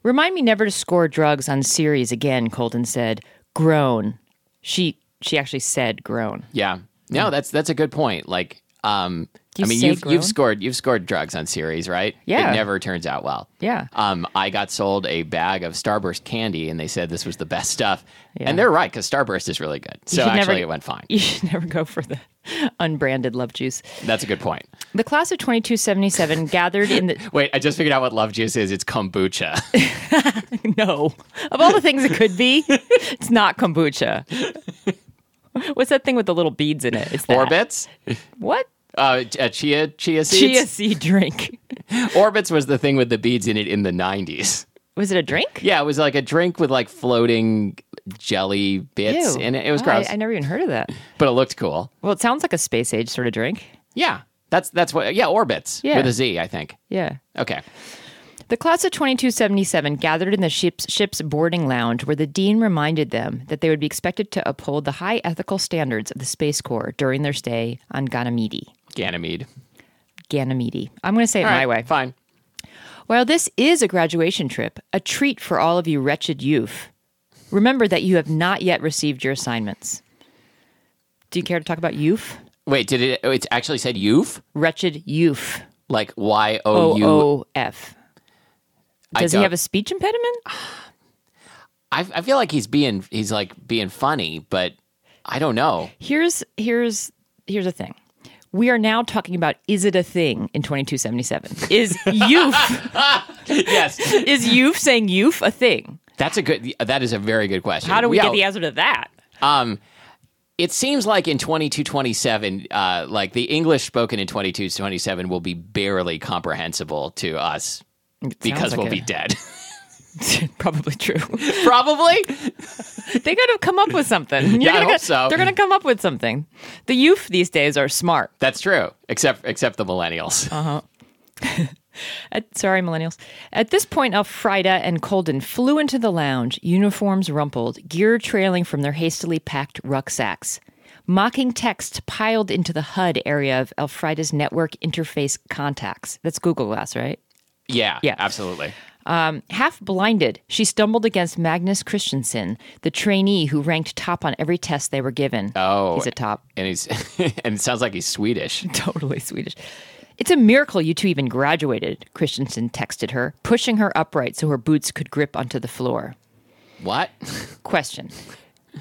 Speaker 2: Remind me never to score drugs on series again, Colton said. Groan. She she actually said groan.
Speaker 1: Yeah. No, that's that's a good point. Like, um,
Speaker 2: Hmm. You
Speaker 1: I mean,
Speaker 2: say
Speaker 1: you've
Speaker 2: grown?
Speaker 1: you've scored you've scored drugs on series, right?
Speaker 2: Yeah.
Speaker 1: It never turns out well.
Speaker 2: Yeah.
Speaker 1: Um, I got sold a bag of Starburst candy, and they said this was the best stuff, and they're right because Starburst is really good. So
Speaker 2: should never-
Speaker 1: actually, it went fine.
Speaker 2: You should never go for the unbranded love juice.
Speaker 1: That's a good point.
Speaker 2: The class of 2277 gathered in the
Speaker 1: Wait, I just figured out what love juice is. It's kombucha.
Speaker 2: no. Of all the things it could be, it's not kombucha. What's that thing with the little beads in it? It's that.
Speaker 1: Orbits,
Speaker 2: What?
Speaker 1: uh, ch- uh, chia chia
Speaker 2: Chia
Speaker 1: seeds.
Speaker 2: seed drink.
Speaker 1: Orbits was the thing with the beads in it in the nineties.
Speaker 2: Was it a drink?
Speaker 1: Yeah, it was like a drink with like floating jelly bits
Speaker 2: Ew.
Speaker 1: in it. It was
Speaker 2: Oh,
Speaker 1: gross,
Speaker 2: I, I never even heard of that.
Speaker 1: but it looked cool.
Speaker 2: Well, it sounds like a space age sort of drink.
Speaker 1: Yeah, that's that's what. Yeah, orbits
Speaker 2: Yeah.
Speaker 1: with a Z, I think.
Speaker 2: Yeah.
Speaker 1: Okay,
Speaker 2: The class of 2277 gathered in the ship's, ship's boarding lounge, where the dean reminded them that they would be expected to uphold the high ethical standards of the Space Corps during their stay on Ganymede.
Speaker 1: Ganymede.
Speaker 2: Ganymede. I'm going to say it
Speaker 1: All
Speaker 2: my
Speaker 1: right,
Speaker 2: way.
Speaker 1: fine.
Speaker 2: While this is a graduation trip, a treat for all of you wretched youth, remember that you have not yet received your assignments. Do you care to talk about youth?
Speaker 1: Wait, did it? oh, It actually said youth,
Speaker 2: Wretched youth.
Speaker 1: like Y O
Speaker 2: O
Speaker 1: U.
Speaker 2: O F. Does he
Speaker 1: don't-
Speaker 2: have a speech impediment?
Speaker 1: I I feel like he's being he's like being funny, but I don't know.
Speaker 2: here's here's here's a thing we are now talking about is it a thing in 2277 is youth
Speaker 1: yes,
Speaker 2: is youth saying youth a thing
Speaker 1: that's a good. That is a very good question.
Speaker 2: how do we
Speaker 1: Yeah,
Speaker 2: get the answer to that
Speaker 1: It seems like in twenty two twenty seven, uh, like the English spoken in twenty two twenty seven will be barely comprehensible to us because
Speaker 2: like
Speaker 1: we'll
Speaker 2: it.
Speaker 1: be dead.
Speaker 2: probably true
Speaker 1: Probably.
Speaker 2: they gotta come up with something You're
Speaker 1: Yeah, I
Speaker 2: gonna-
Speaker 1: hope so.
Speaker 2: they're gonna come up with something the youth these days are smart
Speaker 1: That's true, except except the millennials.
Speaker 2: Uh-huh. At, sorry, millennials. At this point, Elfrida and Colden flew into the lounge, uniforms rumpled, gear trailing from their hastily packed rucksacks. Mocking text piled into the HUD area of Elfrida's network interface contacts. That's Google Glass, right?
Speaker 1: Yeah,
Speaker 2: Yeah.
Speaker 1: absolutely.
Speaker 2: Half blinded, she stumbled against Magnus Christensen, the trainee who ranked top on every test they were given.
Speaker 1: Oh.
Speaker 2: he's a top.
Speaker 1: And he's and it sounds like he's Swedish.
Speaker 2: totally Swedish. It's a miracle you two even graduated, Christensen texted her, pushing her upright so her boots could grip onto the floor.
Speaker 1: What?
Speaker 2: Question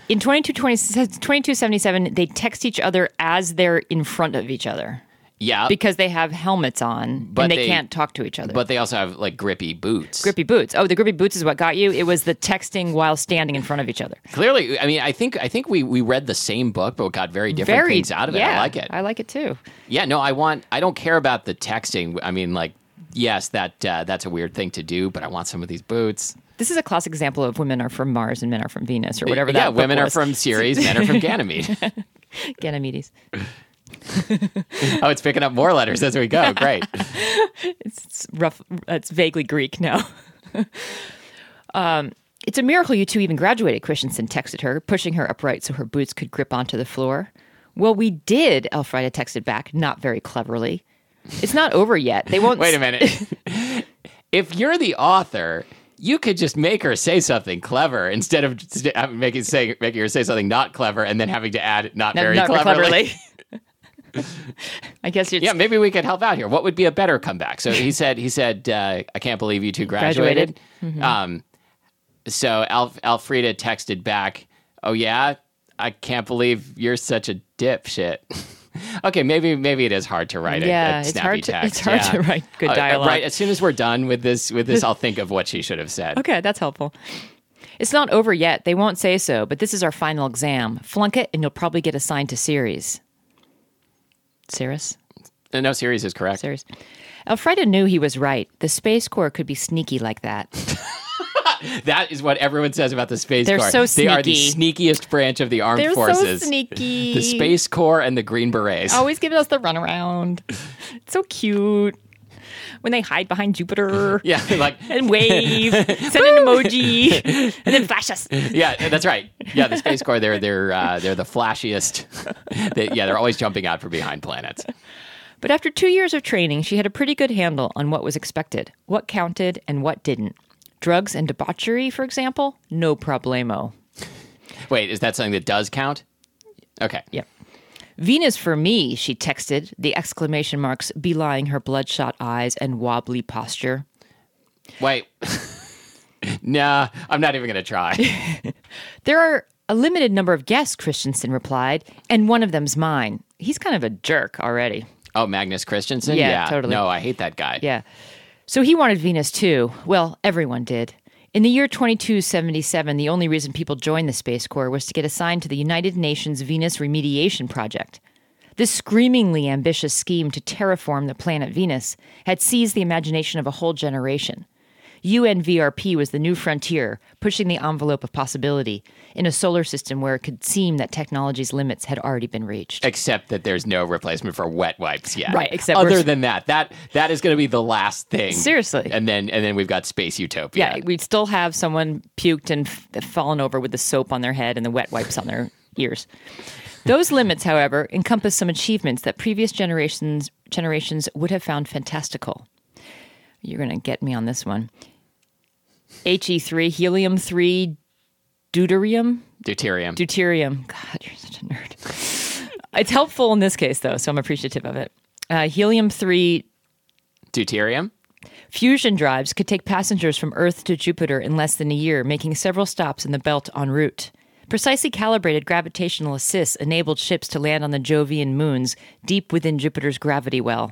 Speaker 2: In 2277, they text each other as they're in front of each other
Speaker 1: Yeah.
Speaker 2: because they have helmets on
Speaker 1: But
Speaker 2: and they,
Speaker 1: they-
Speaker 2: can't talk to each other.
Speaker 1: but they also have like grippy boots.
Speaker 2: grippy boots. Oh, the grippy boots is what got you. It was the texting while standing in front of each other.
Speaker 1: Clearly, I mean, I think I think we we read the same book, but got very different
Speaker 2: Very
Speaker 1: things out of it.
Speaker 2: yeah,
Speaker 1: I like it.
Speaker 2: I like it too.
Speaker 1: Yeah, no, I want. I don't care about the texting. I mean, like, yes, that uh, that's a weird thing to do, but I want some of these boots.
Speaker 2: This is a classic example of women are from Mars and men are from Venus or whatever.
Speaker 1: yeah,
Speaker 2: that book
Speaker 1: women are
Speaker 2: was.
Speaker 1: from Ceres, men are from Ganymede.
Speaker 2: Ganymedes.
Speaker 1: oh, it's picking up more letters as we go. Great.
Speaker 2: It's rough. It's vaguely Greek now. um, it's a miracle you two even graduated. Christensen texted her, pushing her upright so her boots could grip onto the floor. Well, we did. Elfrida texted back, not very cleverly. It's not over yet. They won't.
Speaker 1: Wait a minute. if you're the author. You could just make her say something clever instead of st- uh, making say, making her say something not clever and then having to add not
Speaker 2: not-
Speaker 1: very
Speaker 2: not very
Speaker 1: cleverly.
Speaker 2: cleverly. I guess it's
Speaker 1: Yeah, maybe we could help out here. What would be a better comeback? So he said, he said, uh, I can't believe you two graduated.
Speaker 2: Mm-hmm.
Speaker 1: Um, so Alf- Alfreda texted back, Oh yeah, I can't believe you're such a dipshit. okay, maybe maybe it is hard to write a-
Speaker 2: Yeah,
Speaker 1: a,
Speaker 2: it's
Speaker 1: snappy
Speaker 2: hard to-
Speaker 1: text.
Speaker 2: it's hard
Speaker 1: yeah.
Speaker 2: to write good
Speaker 1: Uh, uh,
Speaker 2: dialogue.
Speaker 1: right, as soon as we're done with this with this, I'll think of what she should have said.
Speaker 2: Okay, that's helpful. It's not over yet. They won't say so, but this is our final exam. Flunk it, and you'll probably get assigned to Ceres. Ceres?
Speaker 1: Uh, No, series is correct.
Speaker 2: Ceres. Elfrida knew he was right. The Space Corps could be sneaky like that.
Speaker 1: That is what everyone says about the Space
Speaker 2: They're
Speaker 1: Corps.
Speaker 2: so
Speaker 1: They are the sneakiest branch of the armed forces.
Speaker 2: sneaky.
Speaker 1: The Space Corps and the Green Berets.
Speaker 2: Always giving us the runaround. It's so cute. When they hide behind Jupiter
Speaker 1: Yeah, like
Speaker 2: and wave, send an emoji, and then flash us.
Speaker 1: yeah, that's right. Yeah, the space corps they're they're uh, they're the flashiest. they, yeah, they're always jumping out from behind planets.
Speaker 2: But after two years of training, she had a pretty good handle on what was expected, what counted, and what didn't. Drugs and debauchery, for example, no problemo.
Speaker 1: Wait, is that something that does count? Okay.
Speaker 2: Yep. Venus for me, she texted, the exclamation marks belying her bloodshot eyes and wobbly posture.
Speaker 1: Wait. nah, I'm not even gonna try.
Speaker 2: There are a limited number of guests, Christensen replied, and one of them's mine. He's kind of a jerk already.
Speaker 1: Oh, Magnus Christensen.
Speaker 2: Yeah, totally.
Speaker 1: No, I hate that guy.
Speaker 2: Yeah. So he wanted Venus too. Well, everyone did. In the year 2277, the only reason people joined the Space Corps was to get assigned to the United Nations Venus Remediation Project. This screamingly ambitious scheme to terraform the planet Venus had seized the imagination of a whole generation. UNVRP was the new frontier, pushing the envelope of possibility in a solar system where it could seem that technology's limits had already been reached.
Speaker 1: Except that there's no replacement for wet wipes yet.
Speaker 2: Right, except
Speaker 1: other
Speaker 2: we're-
Speaker 1: than that, that that is going to be the last thing.
Speaker 2: Seriously.
Speaker 1: And then and then we've got space utopia.
Speaker 2: Yeah, we'd still have someone puked and f- fallen over with the soap on their head and the wet wipes on their ears. Those limits, however, encompass some achievements that previous generations generations would have found fantastical. You're going to get me on this one. He3, helium 3, deuterium,
Speaker 1: Deuterium.
Speaker 2: deuterium. God, you're such a nerd. It's helpful in this case, though, so I'm appreciative of it. Uh, helium 3
Speaker 1: Deuterium.
Speaker 2: Fusion drives could take passengers from Earth to Jupiter in less than a year, making several stops in the belt en route. Precisely calibrated gravitational assists enabled ships to land on the Jovian moons deep within Jupiter's gravity well.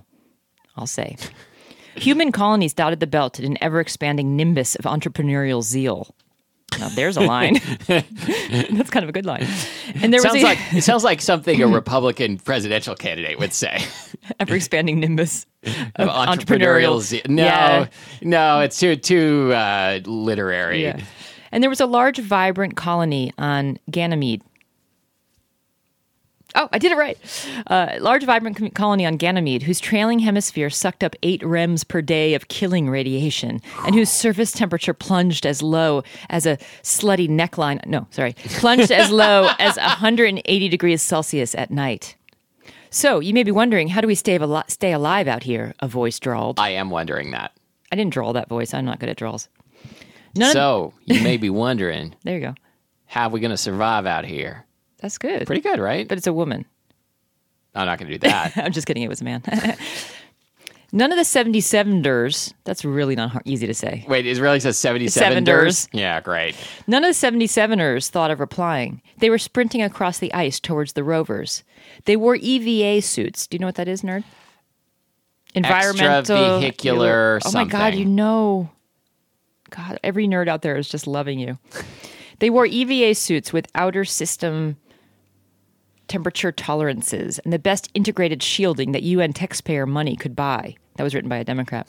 Speaker 2: I'll say. Human colonies dotted the belt in an ever expanding nimbus of entrepreneurial zeal. Now, there's a line. That's kind of a good line. And there
Speaker 1: Sounds
Speaker 2: was a
Speaker 1: like it sounds like something a Republican presidential candidate would say.
Speaker 2: ever expanding nimbus.
Speaker 1: of entrepreneurial.
Speaker 2: entrepreneurial-
Speaker 1: ze- no,
Speaker 2: Yeah.
Speaker 1: no, it's too too uh, literary.
Speaker 2: Yeah. And there was a large, vibrant colony on Ganymede. Oh, I did it right. Uh, large, vibrant com- colony on Ganymede, whose trailing hemisphere sucked up eight rems per day of killing radiation, and whose surface temperature plunged as low as a slutty neckline. No, sorry, plunged as low as 180 degrees Celsius at night. So you may be wondering, how do we stay, al- stay alive out here? A voice drawled.
Speaker 1: I am wondering that.
Speaker 2: I didn't drawl that voice. I'm not good at drawls. None of-
Speaker 1: so you may be wondering,
Speaker 2: there you go.
Speaker 1: how are we going to survive out here?
Speaker 2: That's good.
Speaker 1: Pretty good, right?
Speaker 2: but it's a woman.
Speaker 1: I'm not going to do that.
Speaker 2: I'm just kidding. It was a man. None of the 77ers, that's really not hard, easy to say.
Speaker 1: Wait, Israeli says 77ers. Yeah, great.
Speaker 2: None of the 77ers thought of replying. They were sprinting across the ice towards the Rovers. They wore EVA suits. Do you know what that is, nerd? Environmental
Speaker 1: Extravehicular
Speaker 2: Oh my god,
Speaker 1: something.
Speaker 2: you know. God, every nerd out there is just loving you. they wore EVA suits with outer system temperature tolerances and the best integrated shielding that UN taxpayer money could buy. That was written by a Democrat.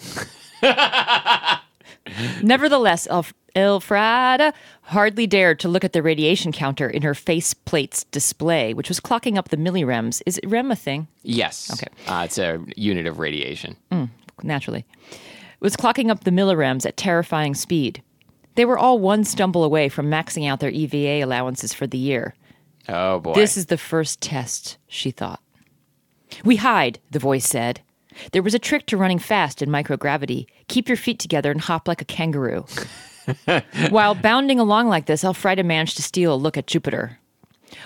Speaker 2: Nevertheless, Elf- Elfrida hardly dared to look at the radiation counter in her face plate's display, which was clocking up the millirems. Is it rem a thing?
Speaker 1: Yes. Okay. Uh, it's a unit of radiation.
Speaker 2: Mm. Naturally. It was clocking up the millirems at terrifying speed. They were all one stumble away from maxing out their EVA allowances for the year.
Speaker 1: Oh boy.
Speaker 2: This is the first test, she thought. We hide, the voice said. There was a trick to running fast in microgravity. Keep your feet together and hop like a kangaroo. While bounding along like this, Elfrida managed to steal a look at Jupiter.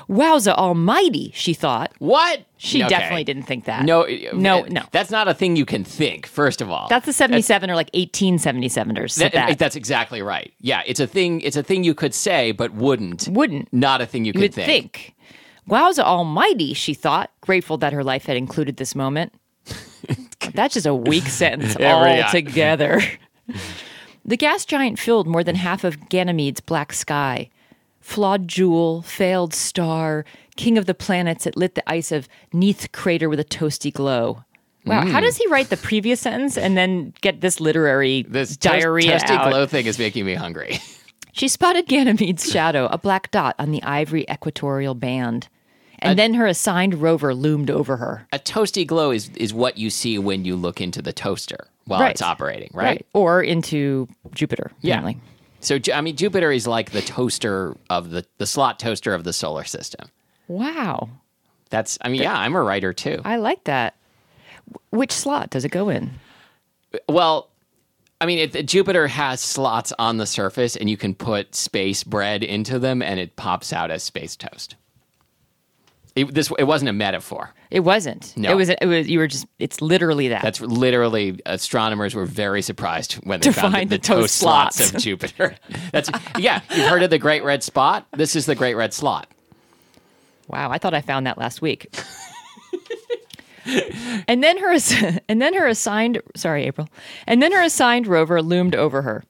Speaker 2: Wowza almighty, she thought.
Speaker 1: what?
Speaker 2: She
Speaker 1: Okay.
Speaker 2: definitely didn't think that.
Speaker 1: No,
Speaker 2: no,
Speaker 1: uh,
Speaker 2: no.
Speaker 1: That's not a thing you can think. First of all,
Speaker 2: That's the 77 or like 1877ers.
Speaker 1: That- eh,
Speaker 2: That, that.
Speaker 1: that's exactly right. Yeah, it's a thing. It's a thing you could say, but wouldn't.
Speaker 2: Wouldn't.
Speaker 1: Not a thing you could
Speaker 2: you would
Speaker 1: think.
Speaker 2: think. Wowza almighty, she thought, grateful that her life had included this moment. That's just a weak sentence
Speaker 1: Every-
Speaker 2: altogether. the gas giant filled more than half of Ganymede's black sky. Flawed jewel, failed star, king of the planets, it lit the ice of Neath crater with a toasty glow. Wow,
Speaker 1: Mm.
Speaker 2: how does he write the previous sentence and then get this literary
Speaker 1: This
Speaker 2: diarrhea
Speaker 1: toast- toasty
Speaker 2: out?
Speaker 1: glow thing is making me hungry.
Speaker 2: She spotted Ganymede's shadow, a black dot on the ivory equatorial band. And then her assigned rover loomed over her.
Speaker 1: a toasty glow is is what you see when you look into the toaster while
Speaker 2: Right.
Speaker 1: it's operating, right?
Speaker 2: Or into Jupiter,
Speaker 1: Yeah.
Speaker 2: apparently.
Speaker 1: So Ju- I mean, Jupiter is like the toaster of the the slot toaster of the solar system.
Speaker 2: Wow.
Speaker 1: That's I mean, yeah, I'm a writer too.
Speaker 2: I like that. W- Which slot does it go in?
Speaker 1: Well, I mean, it, Jupiter has slots on the surface, and you can put space bread into them, and it pops out as space toast. It, this it wasn't a metaphor.
Speaker 2: It wasn't.
Speaker 1: No.
Speaker 2: It was it was you were just it's literally that.
Speaker 1: That's literally astronomers were very surprised when they
Speaker 2: To
Speaker 1: found
Speaker 2: find
Speaker 1: the,
Speaker 2: the toast
Speaker 1: slots.
Speaker 2: slots.
Speaker 1: of Jupiter. That's yeah. You've heard of the Great Red Spot? This is the Great Red Slot.
Speaker 2: Wow, I thought I found that last week. and then her ass- and then her assigned sorry, April. And then her assigned rover loomed over her.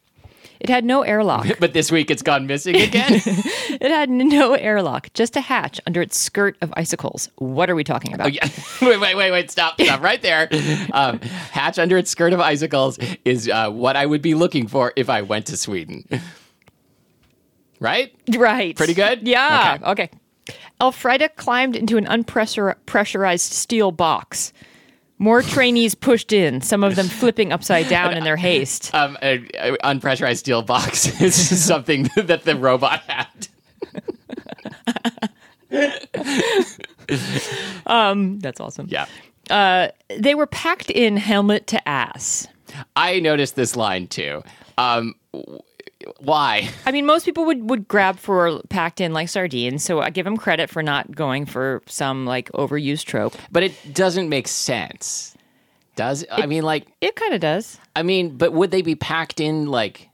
Speaker 2: It had no airlock.
Speaker 1: But this week it's gone missing again.
Speaker 2: It had no airlock, just a hatch under its skirt of icicles. What are we talking about?
Speaker 1: Yeah. wait, wait, wait, wait. Stop, stop right there. Um, hatch under its skirt of icicles is uh, what I would be looking for if I went to Sweden. Right?
Speaker 2: Right.
Speaker 1: Pretty good?
Speaker 2: Yeah. Okay. Elfrida climbed into an unpressurized pressurized steel box. More trainees pushed in, some of them flipping upside down in their haste.
Speaker 1: Um, a, a unpressurized steel box is something that the robot had.
Speaker 2: That's awesome.
Speaker 1: Yeah.
Speaker 2: They were packed in helmet to ass.
Speaker 1: I noticed this line too. Um, w- why?
Speaker 2: I mean, most people would, would grab for packed in like sardines, so I give them credit for not going for some like overused trope.
Speaker 1: But it doesn't make sense. Does I mean like
Speaker 2: It kind of does.
Speaker 1: I mean, but would they be packed in like?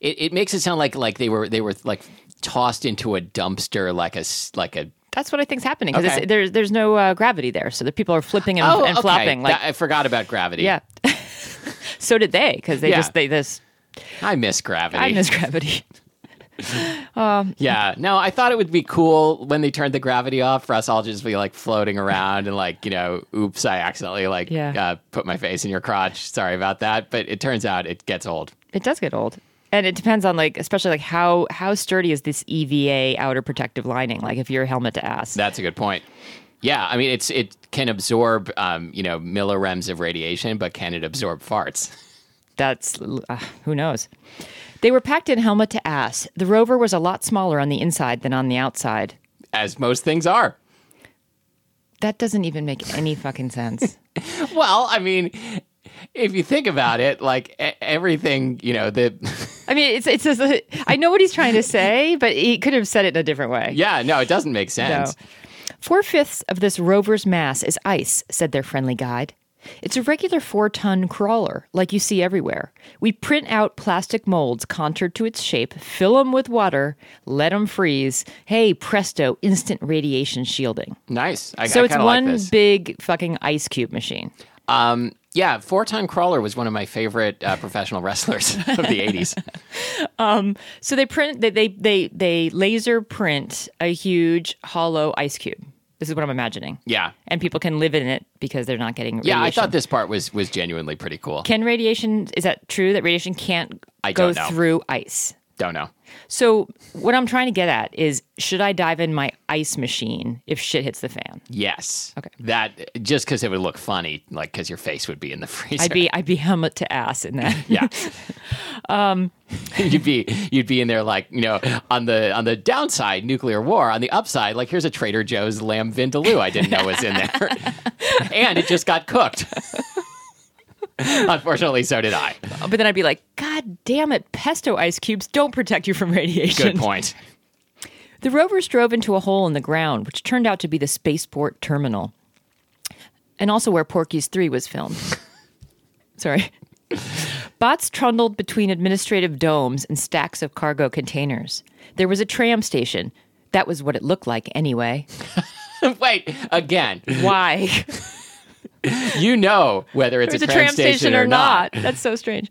Speaker 1: It, it makes it sound like like they were they were like tossed into a dumpster like a s- like a
Speaker 2: That's what I think's happening because
Speaker 1: Okay.
Speaker 2: there's there's no uh, gravity there, so the people are flipping and, and
Speaker 1: okay.
Speaker 2: flopping. Oh, Like,
Speaker 1: That- I forgot about gravity.
Speaker 2: yeah. so did they because they
Speaker 1: Yeah.
Speaker 2: just they this
Speaker 1: I miss gravity.
Speaker 2: I miss gravity.
Speaker 1: yeah, no, I thought it would be cool when they turned the gravity off for us all just be like floating around and like you know, oops, I accidentally like
Speaker 2: Yeah.
Speaker 1: uh, put my face in your crotch. Sorry about that, but it turns out it gets old.
Speaker 2: It does get old, and it depends on like especially like how how sturdy is this EVA outer protective lining? Like if you're helmet to ass,
Speaker 1: That's a good point. Yeah, I mean, it's it can absorb um, you know millirems of radiation, but can it absorb farts?
Speaker 2: that's uh, who knows. They were packed in helmet to ass. The rover was a lot smaller on the inside than on the outside.
Speaker 1: As most things are.
Speaker 2: That doesn't even make any fucking sense.
Speaker 1: Well, I mean, if you think about it, like e- everything, you know, the
Speaker 2: I mean, it's it's. Just, I know what he's trying to say, but he could have said it in a different way.
Speaker 1: yeah, no, it doesn't make sense.
Speaker 2: Four fifths of this rover's mass is ice, said their friendly guide. It's a regular four ton crawler, like you see everywhere. We print out plastic molds contoured to its shape, fill them with water, let them freeze. Hey, presto, instant radiation shielding.
Speaker 1: Nice. I,
Speaker 2: So
Speaker 1: I
Speaker 2: it's
Speaker 1: kinda
Speaker 2: one
Speaker 1: like this.
Speaker 2: big fucking ice cube machine.
Speaker 1: Um, yeah, four-time crawler was one of my favorite uh, professional wrestlers of the '80s.
Speaker 2: So they print they, they they they laser print a huge hollow ice cube. This is what I'm imagining.
Speaker 1: Yeah,
Speaker 2: And people can live in it because they're not getting radiation.
Speaker 1: yeah. I thought this part was was genuinely pretty cool.
Speaker 2: can radiation is that true that radiation can't
Speaker 1: I
Speaker 2: go
Speaker 1: don't know.
Speaker 2: through ice?
Speaker 1: Don't know.
Speaker 2: So what I'm trying to get at is should I dive in my ice machine if shit hits the fan?
Speaker 1: Yes.
Speaker 2: Okay.
Speaker 1: That just because it would look funny, like because your face would be in the freezer.
Speaker 2: I'd be I'd be helmet to ass in that.
Speaker 1: Yeah.
Speaker 2: Um.
Speaker 1: you'd be you'd be in there like you know on the on the downside nuclear war on the upside like here's a Trader Joe's lamb vindaloo I didn't know was in there, and it just got cooked. Unfortunately, so did I.
Speaker 2: But then I'd be like, God damn it, pesto ice cubes don't protect you from radiation.
Speaker 1: Good point.
Speaker 2: The rovers drove into a hole in the ground, which turned out to be the spaceport terminal, and also where Porky's 3 was filmed. Sorry. Bots trundled between administrative domes and stacks of cargo containers. There was a tram station. That was what it looked like, anyway.
Speaker 1: Wait, again,
Speaker 2: Why?
Speaker 1: you know whether it's a,
Speaker 2: There's a
Speaker 1: tram, station, or not.
Speaker 2: That's so strange.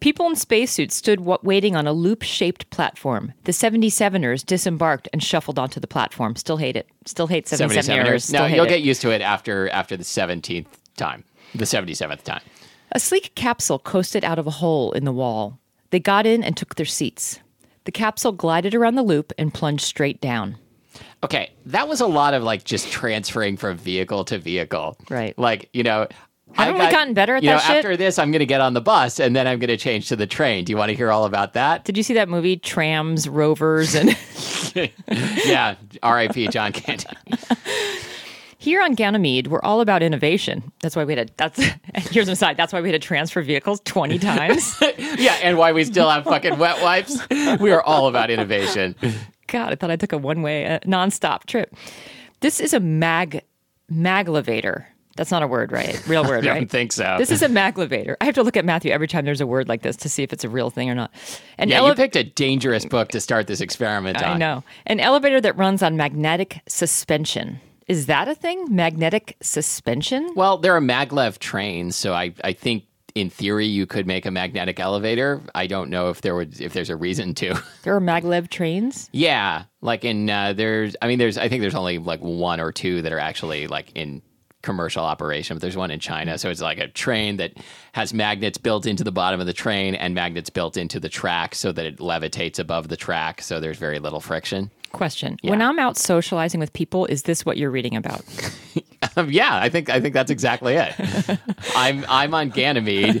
Speaker 2: People in spacesuits stood wa- waiting on a loop shaped platform. The 77ers disembarked and shuffled onto the platform. Still hate it. Still hate 77ers.
Speaker 1: No,
Speaker 2: Still hate
Speaker 1: you'll
Speaker 2: it.
Speaker 1: get used to it after after the seventeenth time, the seventy seventh time.
Speaker 2: A sleek capsule coasted out of a hole in the wall. They got in and took their seats. The capsule glided around the loop and plunged straight down.
Speaker 1: Okay, that was a lot of like just transferring from vehicle to vehicle.
Speaker 2: Right.
Speaker 1: Like, you know,
Speaker 2: Haven't we gotten better at
Speaker 1: you
Speaker 2: that
Speaker 1: know,
Speaker 2: shit?
Speaker 1: After this, I'm going to get on the bus and then I'm going to change to the train. Do you want to hear all about that?
Speaker 2: Did you see that movie, Trams, Rovers, and.
Speaker 1: yeah, RIP John Candy.
Speaker 2: Here on Ganymede, we're all about innovation. That's why we had a, that's here's an aside. That's why we had to transfer vehicles twenty times.
Speaker 1: yeah, and why we still have fucking wet wipes. We are all about innovation.
Speaker 2: God, I thought I took a one way uh, nonstop trip. This is a mag maglevator. That's not a word, right? Real word,
Speaker 1: I
Speaker 2: right?
Speaker 1: don't think so.
Speaker 2: This is a maglevator. I have to look at Matthew every time there's a word like this to see if it's a real thing or not. An
Speaker 1: yeah,
Speaker 2: elev-
Speaker 1: you picked a dangerous book to start this experiment on.
Speaker 2: I know. An elevator that runs on magnetic suspension. Is that a thing? Magnetic suspension?
Speaker 1: Well, there are maglev trains, so I, I think in theory you could make a magnetic elevator. I don't know if there would if there's a reason to.
Speaker 2: There are maglev trains?
Speaker 1: Yeah, like in uh, there's, I mean, there's, I think there's only like one or two that are actually like in commercial operation, but there's one in China, so it's like a train that has magnets built into the bottom of the train and magnets built into the track so that it levitates above the track, so there's very little friction.
Speaker 2: Question. When I'm out socializing with people, is this what you're reading about?
Speaker 1: Um, yeah, I think I think that's exactly it. I'm I'm on Ganymede,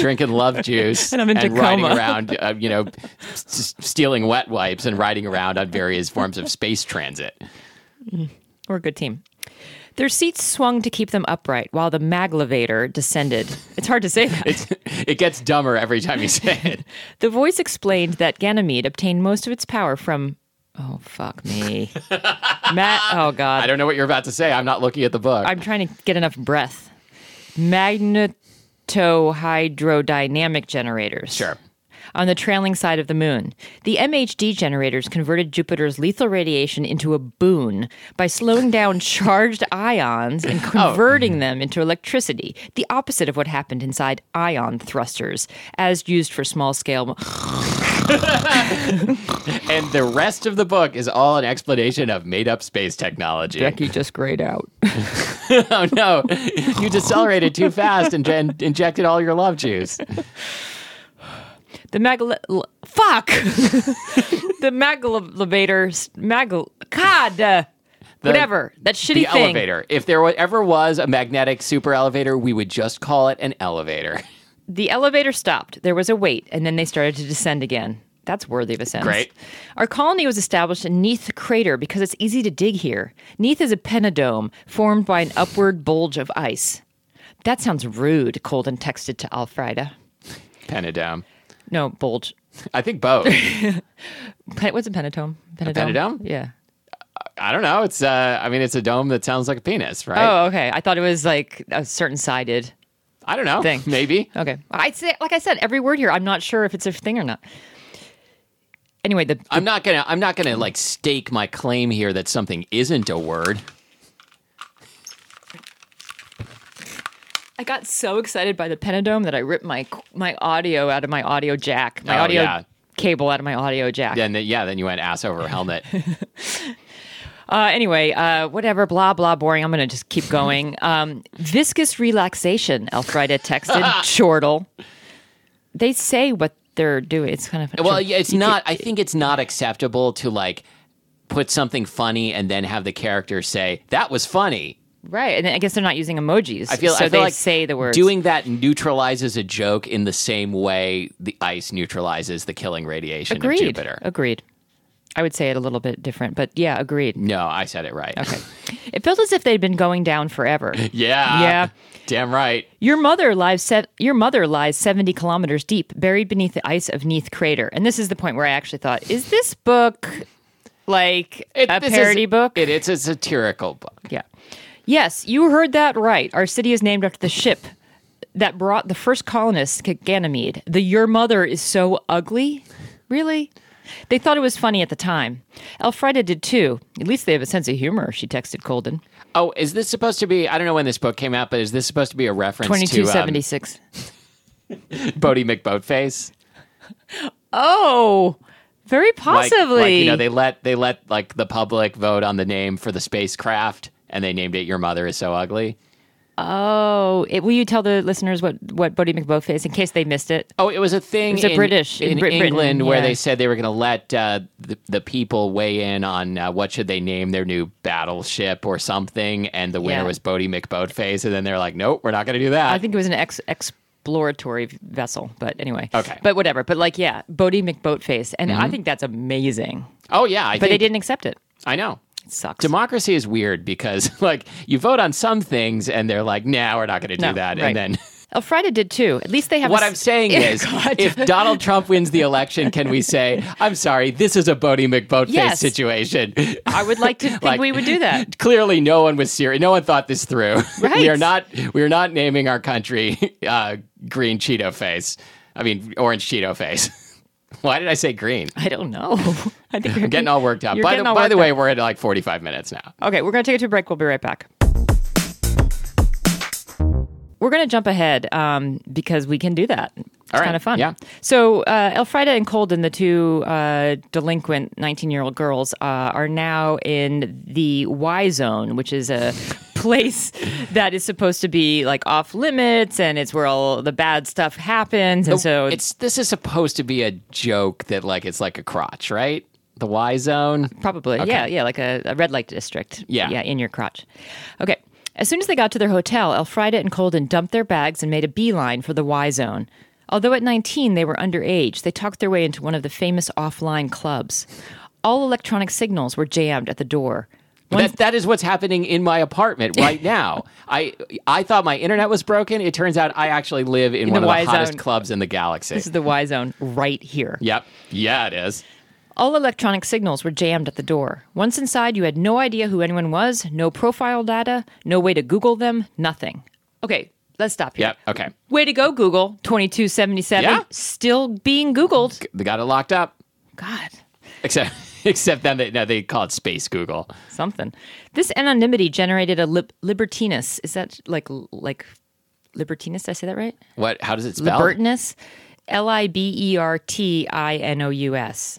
Speaker 1: drinking love juice, and
Speaker 2: I'm in
Speaker 1: riding
Speaker 2: Tacoma.
Speaker 1: around, uh, you know, s- stealing wet wipes and riding around on various forms of space transit.
Speaker 2: We're a good team. Their seats swung to keep them upright while the maglevator descended. It's hard to say that.
Speaker 1: It gets dumber every time you say it.
Speaker 2: The voice explained that Ganymede obtained most of its power from. Oh, fuck me. Ma- oh,
Speaker 1: I
Speaker 2: God.
Speaker 1: don't know what you're about to say. I'm not looking at the book.
Speaker 2: I'm trying to get enough breath. Magnetohydrodynamic generators.
Speaker 1: sure.
Speaker 2: On the trailing side of the moon, the MHD generators converted Jupiter's lethal radiation into a boon by slowing down charged ions and converting them into electricity, the opposite of what happened inside ion thrusters, as used for small scale.
Speaker 1: And the rest of the book is all an explanation of made up space technology.
Speaker 2: Becky just grayed out.
Speaker 1: Oh no, you decelerated too fast and gen- injected all your love juice.
Speaker 2: The magle l- fuck the maglevator s- magle god uh, whatever that shitty
Speaker 1: The
Speaker 2: thing.
Speaker 1: elevator. If there wa- ever was a magnetic super elevator, we would just call it an elevator.
Speaker 2: The elevator stopped. There was a wait, and then they started to descend again. That's worthy of a sentence.
Speaker 1: Great.
Speaker 2: Our colony was established in Neath Crater because it's easy to dig here. Neath is a penadome formed by an upward bulge of ice. That sounds rude, Colden texted to Alfreda.
Speaker 1: Penadome.
Speaker 2: No, bulge.
Speaker 1: I think both.
Speaker 2: Pen- what's a penadome? Penadome?
Speaker 1: penadome?
Speaker 2: Yeah.
Speaker 1: I don't know. It's uh, I mean, it's a dome that sounds like a penis, right?
Speaker 2: Oh, okay. I thought it was like a certain sided.
Speaker 1: I don't know.
Speaker 2: Thing.
Speaker 1: Maybe.
Speaker 2: Okay. I say, like I said, every word here, I'm not sure if it's a thing or not. Anyway, the
Speaker 1: I'm not gonna. I'm not gonna like stake my claim here that something isn't a word.
Speaker 2: I got so excited by the Penadome that I ripped my my audio out of my audio jack, my
Speaker 1: Oh,
Speaker 2: audio
Speaker 1: yeah.
Speaker 2: cable out of my audio jack.
Speaker 1: Then yeah, then you went ass over helmet.
Speaker 2: Uh, anyway, uh, whatever, blah blah, boring. I'm gonna just keep going. um, viscous relaxation. Elfrida texted chortle. They say what they're doing. It's kind of
Speaker 1: Well, yeah, it's not. I think it's not acceptable to like put something funny and then have the character say that was funny.
Speaker 2: right. And I guess they're not using emojis.
Speaker 1: I feel.
Speaker 2: so
Speaker 1: I feel
Speaker 2: they
Speaker 1: like
Speaker 2: say the words.
Speaker 1: Doing that neutralizes a joke in the same way the ice neutralizes the killing radiation
Speaker 2: agreed.
Speaker 1: of Jupiter.
Speaker 2: Agreed. I would say it a little bit different, but yeah, agreed.
Speaker 1: No, I said it right.
Speaker 2: Okay. it felt as if they'd been going down forever.
Speaker 1: Yeah.
Speaker 2: Yeah.
Speaker 1: Damn right.
Speaker 2: Your mother lies se- your mother lies 70 kilometers deep, buried beneath the ice of Neath Crater. And this is the point where I actually thought, is this book like
Speaker 1: It-
Speaker 2: a
Speaker 1: this is-
Speaker 2: parody book?
Speaker 1: It, it's a satirical book.
Speaker 2: yeah. Yes, you heard that right. Our city is named after the ship that brought the first colonists to Ganymede. The your mother is so ugly? Really? They thought it was funny at the time. Elfrida did too. At least they have a sense of humor, she texted Colden.
Speaker 1: Oh, is this supposed to be? I don't know when this book came out, but is this supposed to be a reference to
Speaker 2: 2276.
Speaker 1: um, Bodie McBoatface?
Speaker 2: oh, very
Speaker 1: Like-
Speaker 2: possibly.
Speaker 1: Like, you know, they let they let like the public vote on the name for the spacecraft, and they named it "Your Mother Is So Ugly."
Speaker 2: Oh, it, will you tell the listeners what what Bodie McBoatface in case they missed it?
Speaker 1: Oh, it was a thing.
Speaker 2: It's a
Speaker 1: in,
Speaker 2: British-
Speaker 1: in,
Speaker 2: in Brit- Britain,
Speaker 1: England where
Speaker 2: yeah.
Speaker 1: they said they were going to let uh, the, the people weigh in on uh, what should they name their new battleship or something, and the winner
Speaker 2: Yeah.
Speaker 1: was Bodie McBoatface, and then they're like, "Nope, we're not going to do that."
Speaker 2: I think it was an ex, exploratory vessel, but anyway.
Speaker 1: Okay. Mm-hmm.
Speaker 2: But whatever. But like, yeah, Bodie McBoatface, and I think that's amazing.
Speaker 1: oh yeah, I
Speaker 2: But they
Speaker 1: think,
Speaker 2: didn't accept it.
Speaker 1: I know.
Speaker 2: It sucks.
Speaker 1: Democracy is weird because like you vote on some things and they're like, "Nah, we're not going to do
Speaker 2: No,
Speaker 1: that,"
Speaker 2: right.
Speaker 1: and then.
Speaker 2: Elfrida Oh, did too. At least they have.
Speaker 1: What
Speaker 2: i
Speaker 1: I'm saying is, if Donald Trump wins the election, can we say, "I'm sorry, this is a Bodie McBoatface
Speaker 2: Yes.
Speaker 1: situation"?
Speaker 2: I would like to think
Speaker 1: Like-
Speaker 2: we would do that.
Speaker 1: Clearly, no one was serious. No one thought this through.
Speaker 2: Right.
Speaker 1: we are not. We are not naming our country uh, Green Cheeto Face. I mean, Orange Cheeto Face. Why did I say green?
Speaker 2: I don't know. I think
Speaker 1: I'm getting all worked up.
Speaker 2: You're
Speaker 1: by
Speaker 2: getting
Speaker 1: the,
Speaker 2: all
Speaker 1: by the
Speaker 2: worked
Speaker 1: way, we're at like 45 minutes now.
Speaker 2: Okay, we're going to take it to a break. We'll be right back. We're going to jump ahead um, because we can do that. It's
Speaker 1: All right,
Speaker 2: kind of fun.
Speaker 1: yeah.
Speaker 2: So uh, Elfrida and Colden, the two uh, delinquent 19-year-old girls, uh, are now in the Y zone, which is a place that is supposed to be like off limits and it's where all the bad stuff happens. And so
Speaker 1: It's this is supposed to be a joke that like it's like a crotch, right? The Y zone.
Speaker 2: Probably. Yeah, yeah, like a, a red light district.
Speaker 1: Yeah.
Speaker 2: Yeah, in your crotch. Okay. As soon as they got to their hotel, Elfrida and Colden dumped their bags and made a beeline for the Y zone. Although at 19 they were underage, they talked their way into one of the famous offline clubs. All electronic signals were jammed at the door. One-
Speaker 1: That, that is what's happening in my apartment right now. I I thought my internet was broken. It turns out I actually live in, one
Speaker 2: the
Speaker 1: of
Speaker 2: Y
Speaker 1: the hottest
Speaker 2: zone.
Speaker 1: clubs in the galaxy.
Speaker 2: this is the Y zone right here.
Speaker 1: yep. Yeah, it is.
Speaker 2: All electronic signals were jammed at the door. Once inside, you had no idea who anyone was, no profile data, no way to Google them, nothing. Okay, let's stop here.
Speaker 1: Yep. Okay.
Speaker 2: Way to go, Google. 2277.
Speaker 1: Yeah.
Speaker 2: Still being Googled.
Speaker 1: They got it locked up.
Speaker 2: God,
Speaker 1: Except except then they no, they call it space Google.
Speaker 2: something. This anonymity generated a lib- libertinus. Is that like, like, libertinus? Did I say that right?
Speaker 1: What how does it spell?
Speaker 2: Libertinus? L I B E R T I N O U S.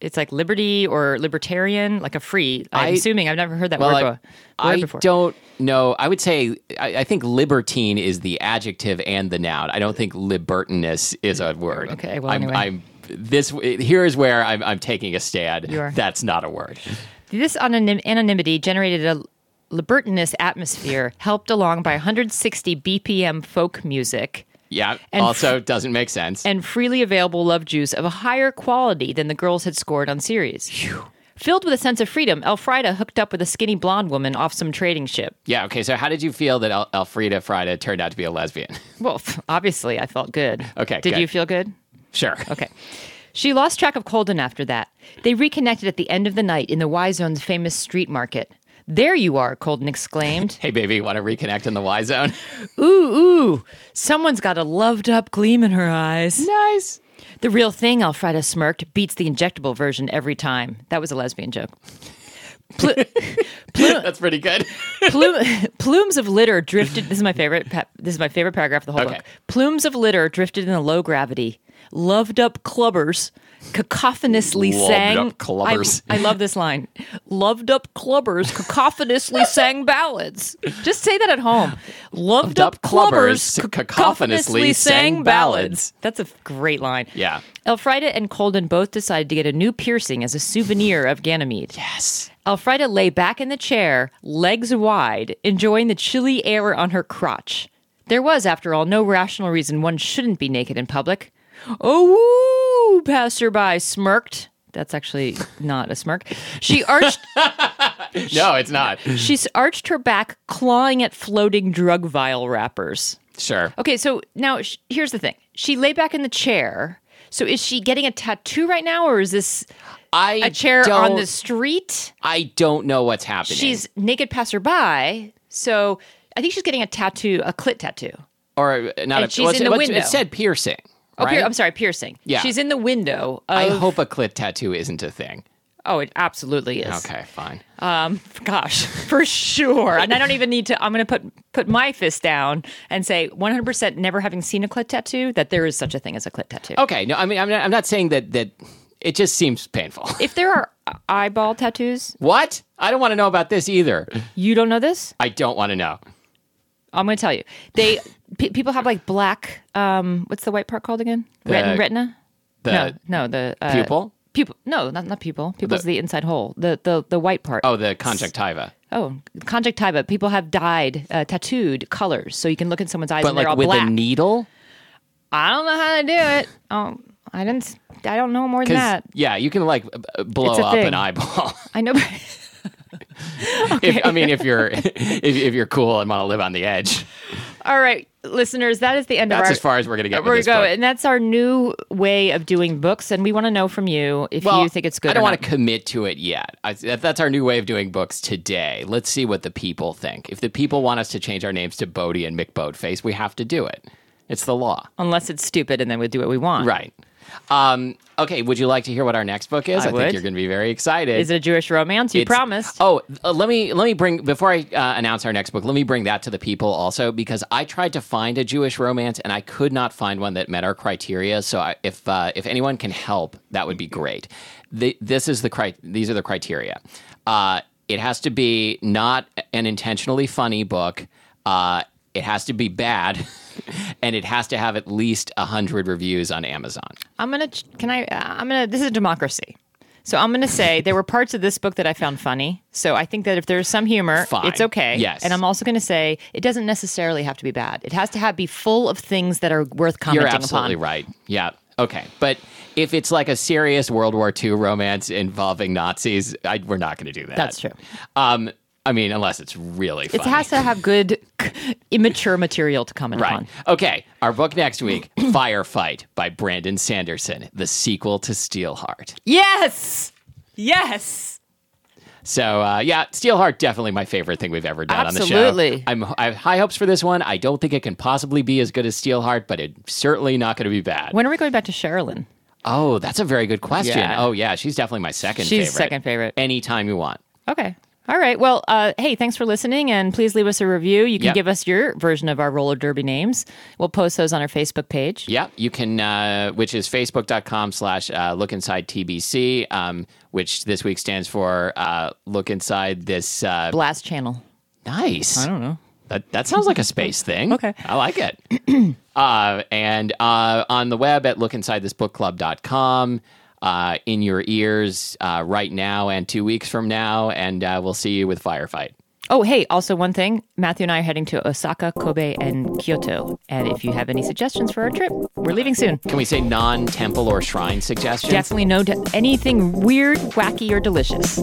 Speaker 2: It's like liberty or libertarian, like a free. I'm
Speaker 1: I-
Speaker 2: assuming. I've never heard that word,
Speaker 1: I-
Speaker 2: bo- word
Speaker 1: I
Speaker 2: before.
Speaker 1: don't know. I would say I, I think libertine is the adjective and the noun. I don't think libertinous is a word.
Speaker 2: Okay, well,
Speaker 1: I'm,
Speaker 2: anyway.
Speaker 1: I'm this here is where I'm, I'm taking a stand.
Speaker 2: You are.
Speaker 1: That's not a word.
Speaker 2: This anonym- anonymity generated a libertinous atmosphere, helped along by 160 BPM folk music.
Speaker 1: Yeah.
Speaker 2: And-
Speaker 1: also, doesn't make sense.
Speaker 2: and freely available love juice of a higher quality than the girls had scored on series. Filled with a sense of freedom, Elfrida hooked up with a skinny blonde woman off some trading ship.
Speaker 1: yeah. Okay. So, how did you feel that El- Elfrida Frida turned out to be a lesbian?
Speaker 2: Well, obviously, I felt good.
Speaker 1: Okay,
Speaker 2: Did
Speaker 1: good.
Speaker 2: you feel good?
Speaker 1: sure.
Speaker 2: Okay. She lost track of Colden after that. They reconnected at the end of the night in the Y Zone's famous street market. There you are, Colden exclaimed.
Speaker 1: Hey, baby, want to reconnect in the Y zone?
Speaker 2: ooh, ooh, someone's got a loved up gleam in her eyes.
Speaker 1: nice.
Speaker 2: The real thing, Alfreda smirked, beats the injectable version every time. That was a lesbian joke. Plu-
Speaker 1: That's pretty good.
Speaker 2: Plume, plumes of litter drifted. This is my favorite. pa- This is my favorite paragraph of the whole
Speaker 1: Okay.
Speaker 2: book. Plumes of litter drifted in the low gravity. Loved up clubbers cacophonously
Speaker 1: Loved
Speaker 2: sang.
Speaker 1: up clubbers.
Speaker 2: I, I love this line. Loved up clubbers cacophonously sang ballads. Just say that at home. Loved, up,
Speaker 1: up clubbers
Speaker 2: clubbers
Speaker 1: cacophonously
Speaker 2: cacophonously sang
Speaker 1: sang ballads.
Speaker 2: ballads. That's a great line.
Speaker 1: Yeah.
Speaker 2: Elfrida and Colden both decided to get a new piercing as a souvenir of Ganymede.
Speaker 1: Yes.
Speaker 2: Elfrida lay back in the chair, legs wide, enjoying the chilly air on her crotch. There was, after all, no rational reason one shouldn't be naked in public. Oh, woo, passerby smirked. That's actually not a smirk. She arched
Speaker 1: No, it's not.
Speaker 2: she's arched her back, clawing at floating drug vial wrappers.
Speaker 1: Sure.
Speaker 2: Okay, so now sh- here's the thing. She lay back in the chair. So is she getting a tattoo right now or is this
Speaker 1: I
Speaker 2: a chair
Speaker 1: don't,
Speaker 2: on the street?
Speaker 1: I don't know what's happening.
Speaker 2: she's naked passerby. So I think she's getting a tattoo, a clit tattoo.
Speaker 1: or uh, not.
Speaker 2: and
Speaker 1: a,
Speaker 2: she's
Speaker 1: what's it,
Speaker 2: in the
Speaker 1: what's-
Speaker 2: window.
Speaker 1: It said piercing.
Speaker 2: Oh, pier-
Speaker 1: right?
Speaker 2: I'm sorry, piercing.
Speaker 1: Yeah.
Speaker 2: She's in the window. Of,
Speaker 1: I hope a clit tattoo isn't a thing.
Speaker 2: oh, it absolutely is.
Speaker 1: Okay, fine.
Speaker 2: Um, gosh, for sure. And I don't even need to. I'm going to put put my fist down and say 100. percent Never having seen a clit tattoo, that there is such a thing as a clit tattoo.
Speaker 1: Okay, no, I mean, I'm not, I'm not saying that that it just seems painful.
Speaker 2: If there are eyeball tattoos,
Speaker 1: what? I don't want to know about this either.
Speaker 2: you don't know this.
Speaker 1: I don't want to know.
Speaker 2: I'm going to tell you. They pe people have like black. Um, what's the white part called again? Retin-
Speaker 1: The-
Speaker 2: retina.
Speaker 1: the
Speaker 2: no, no, the uh,
Speaker 1: pupil?
Speaker 2: Pupil. No, not not pupil. Pupil's
Speaker 1: The-
Speaker 2: the, inside hole. The the the white part.
Speaker 1: Oh, the conjunctiva,
Speaker 2: oh, conjunctiva. People have dyed, uh, tattooed colors, so you can look in someone's eyes
Speaker 1: but
Speaker 2: and they're
Speaker 1: like
Speaker 2: all
Speaker 1: with
Speaker 2: black.
Speaker 1: a needle.
Speaker 2: I don't know how to do it. Um, I didn't. s- I don't know more than
Speaker 1: 'Cause,
Speaker 2: that.
Speaker 1: yeah, you can like b- b- blow
Speaker 2: It's a
Speaker 1: up
Speaker 2: thing.
Speaker 1: an eyeball.
Speaker 2: I know.
Speaker 1: if, I mean, if you're if, if you're cool and want to live on the edge,
Speaker 2: all right, listeners, that is the end of
Speaker 1: that's
Speaker 2: our.
Speaker 1: as far as we're gonna get.
Speaker 2: we're
Speaker 1: with
Speaker 2: gonna
Speaker 1: this
Speaker 2: go,
Speaker 1: book.
Speaker 2: and that's our new way of doing books, and we want to know from you if you think it's good.
Speaker 1: I
Speaker 2: or
Speaker 1: don't
Speaker 2: not.
Speaker 1: want to commit to it yet. I, that- that's our new way of doing books today. Let's see what the people think. If the people want us to change our names to Bodie and McBoatface, we have to do it. It's the law,
Speaker 2: unless it's stupid, and then we do what we want.
Speaker 1: right? Um, okay. Would you like to hear what our next book is?
Speaker 2: I would.
Speaker 1: think you're going to be very excited.
Speaker 2: Is it a Jewish romance? You
Speaker 1: It's-
Speaker 2: promised.
Speaker 1: Oh, uh, let me let me bring before I uh, announce our next book. Let me bring that to the people also because I tried to find a Jewish romance and I could not find one that met our criteria. So I, if uh, if anyone can help, that would be great. The, this is the cri- these are the criteria. Uh, it has to be not an intentionally funny book. Uh, it has to be bad, and it has to have at least hundred reviews on Amazon.
Speaker 2: I'm gonna. ch- Can I? uh, I'm gonna. This is democracy. So I'm gonna say there were parts of this book that I found funny. So I think that if there's some humor,
Speaker 1: Fine.
Speaker 2: it's okay.
Speaker 1: Yes.
Speaker 2: And I'm also gonna say it doesn't necessarily have to be bad. It has to have be full of things that are worth
Speaker 1: You're
Speaker 2: commenting
Speaker 1: absolutely
Speaker 2: upon.
Speaker 1: right. Yeah. Okay. But if it's like a serious World War II romance involving Nazis, I, we're not going to do that.
Speaker 2: That's true.
Speaker 1: Um, I mean, unless it's really
Speaker 2: It
Speaker 1: funny.
Speaker 2: has to have good, immature material to comment
Speaker 1: right.
Speaker 2: upon.
Speaker 1: Okay. Our book next week, Firefight by Brandon Sanderson, the sequel to Steelheart.
Speaker 2: Yes. Yes.
Speaker 1: So uh, yeah, Steelheart definitely my favorite thing we've ever done on the
Speaker 2: Absolutely.
Speaker 1: show. I'm I have high hopes for this one. I don't think it can possibly be as good as Steelheart, but it's certainly not going to be bad.
Speaker 2: When are we going back to Sherilyn?
Speaker 1: Oh, that's a very good question.
Speaker 2: Yeah.
Speaker 1: Oh, yeah, she's definitely my second
Speaker 2: She's
Speaker 1: favorite.
Speaker 2: second favorite.
Speaker 1: Anytime you want.
Speaker 2: Okay. All right. Well, uh, hey, thanks for listening, and please leave us a review. You can
Speaker 1: Yep.
Speaker 2: give us your version of our roller derby names. We'll post those on our Facebook page.
Speaker 1: Yeah, you can, uh, which is facebook.com slash uh, look inside TBC, um, which this week stands for uh, look inside this. Uh,
Speaker 2: Blast channel.
Speaker 1: nice. I don't know. That, that sounds like a space thing.
Speaker 2: Okay.
Speaker 1: I like it. uh, and uh, on the web at lookinsidethisbookclub.com, uh, in your ears uh, right now and two weeks from now. And uh, we'll see you with Firefight.
Speaker 2: Oh, hey, also one thing Matthew and I are heading to Osaka, Kobe, and Kyoto. And if you have any suggestions for our trip, we're leaving soon.
Speaker 1: Can we say non temple or shrine suggestions?
Speaker 2: Definitely no de- anything weird, wacky, or delicious.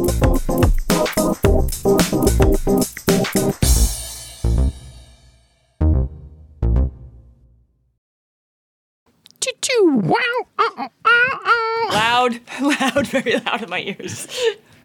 Speaker 1: Choo-choo, wow, uh-uh, uh-uh.
Speaker 2: loud, loud, very loud in my ears.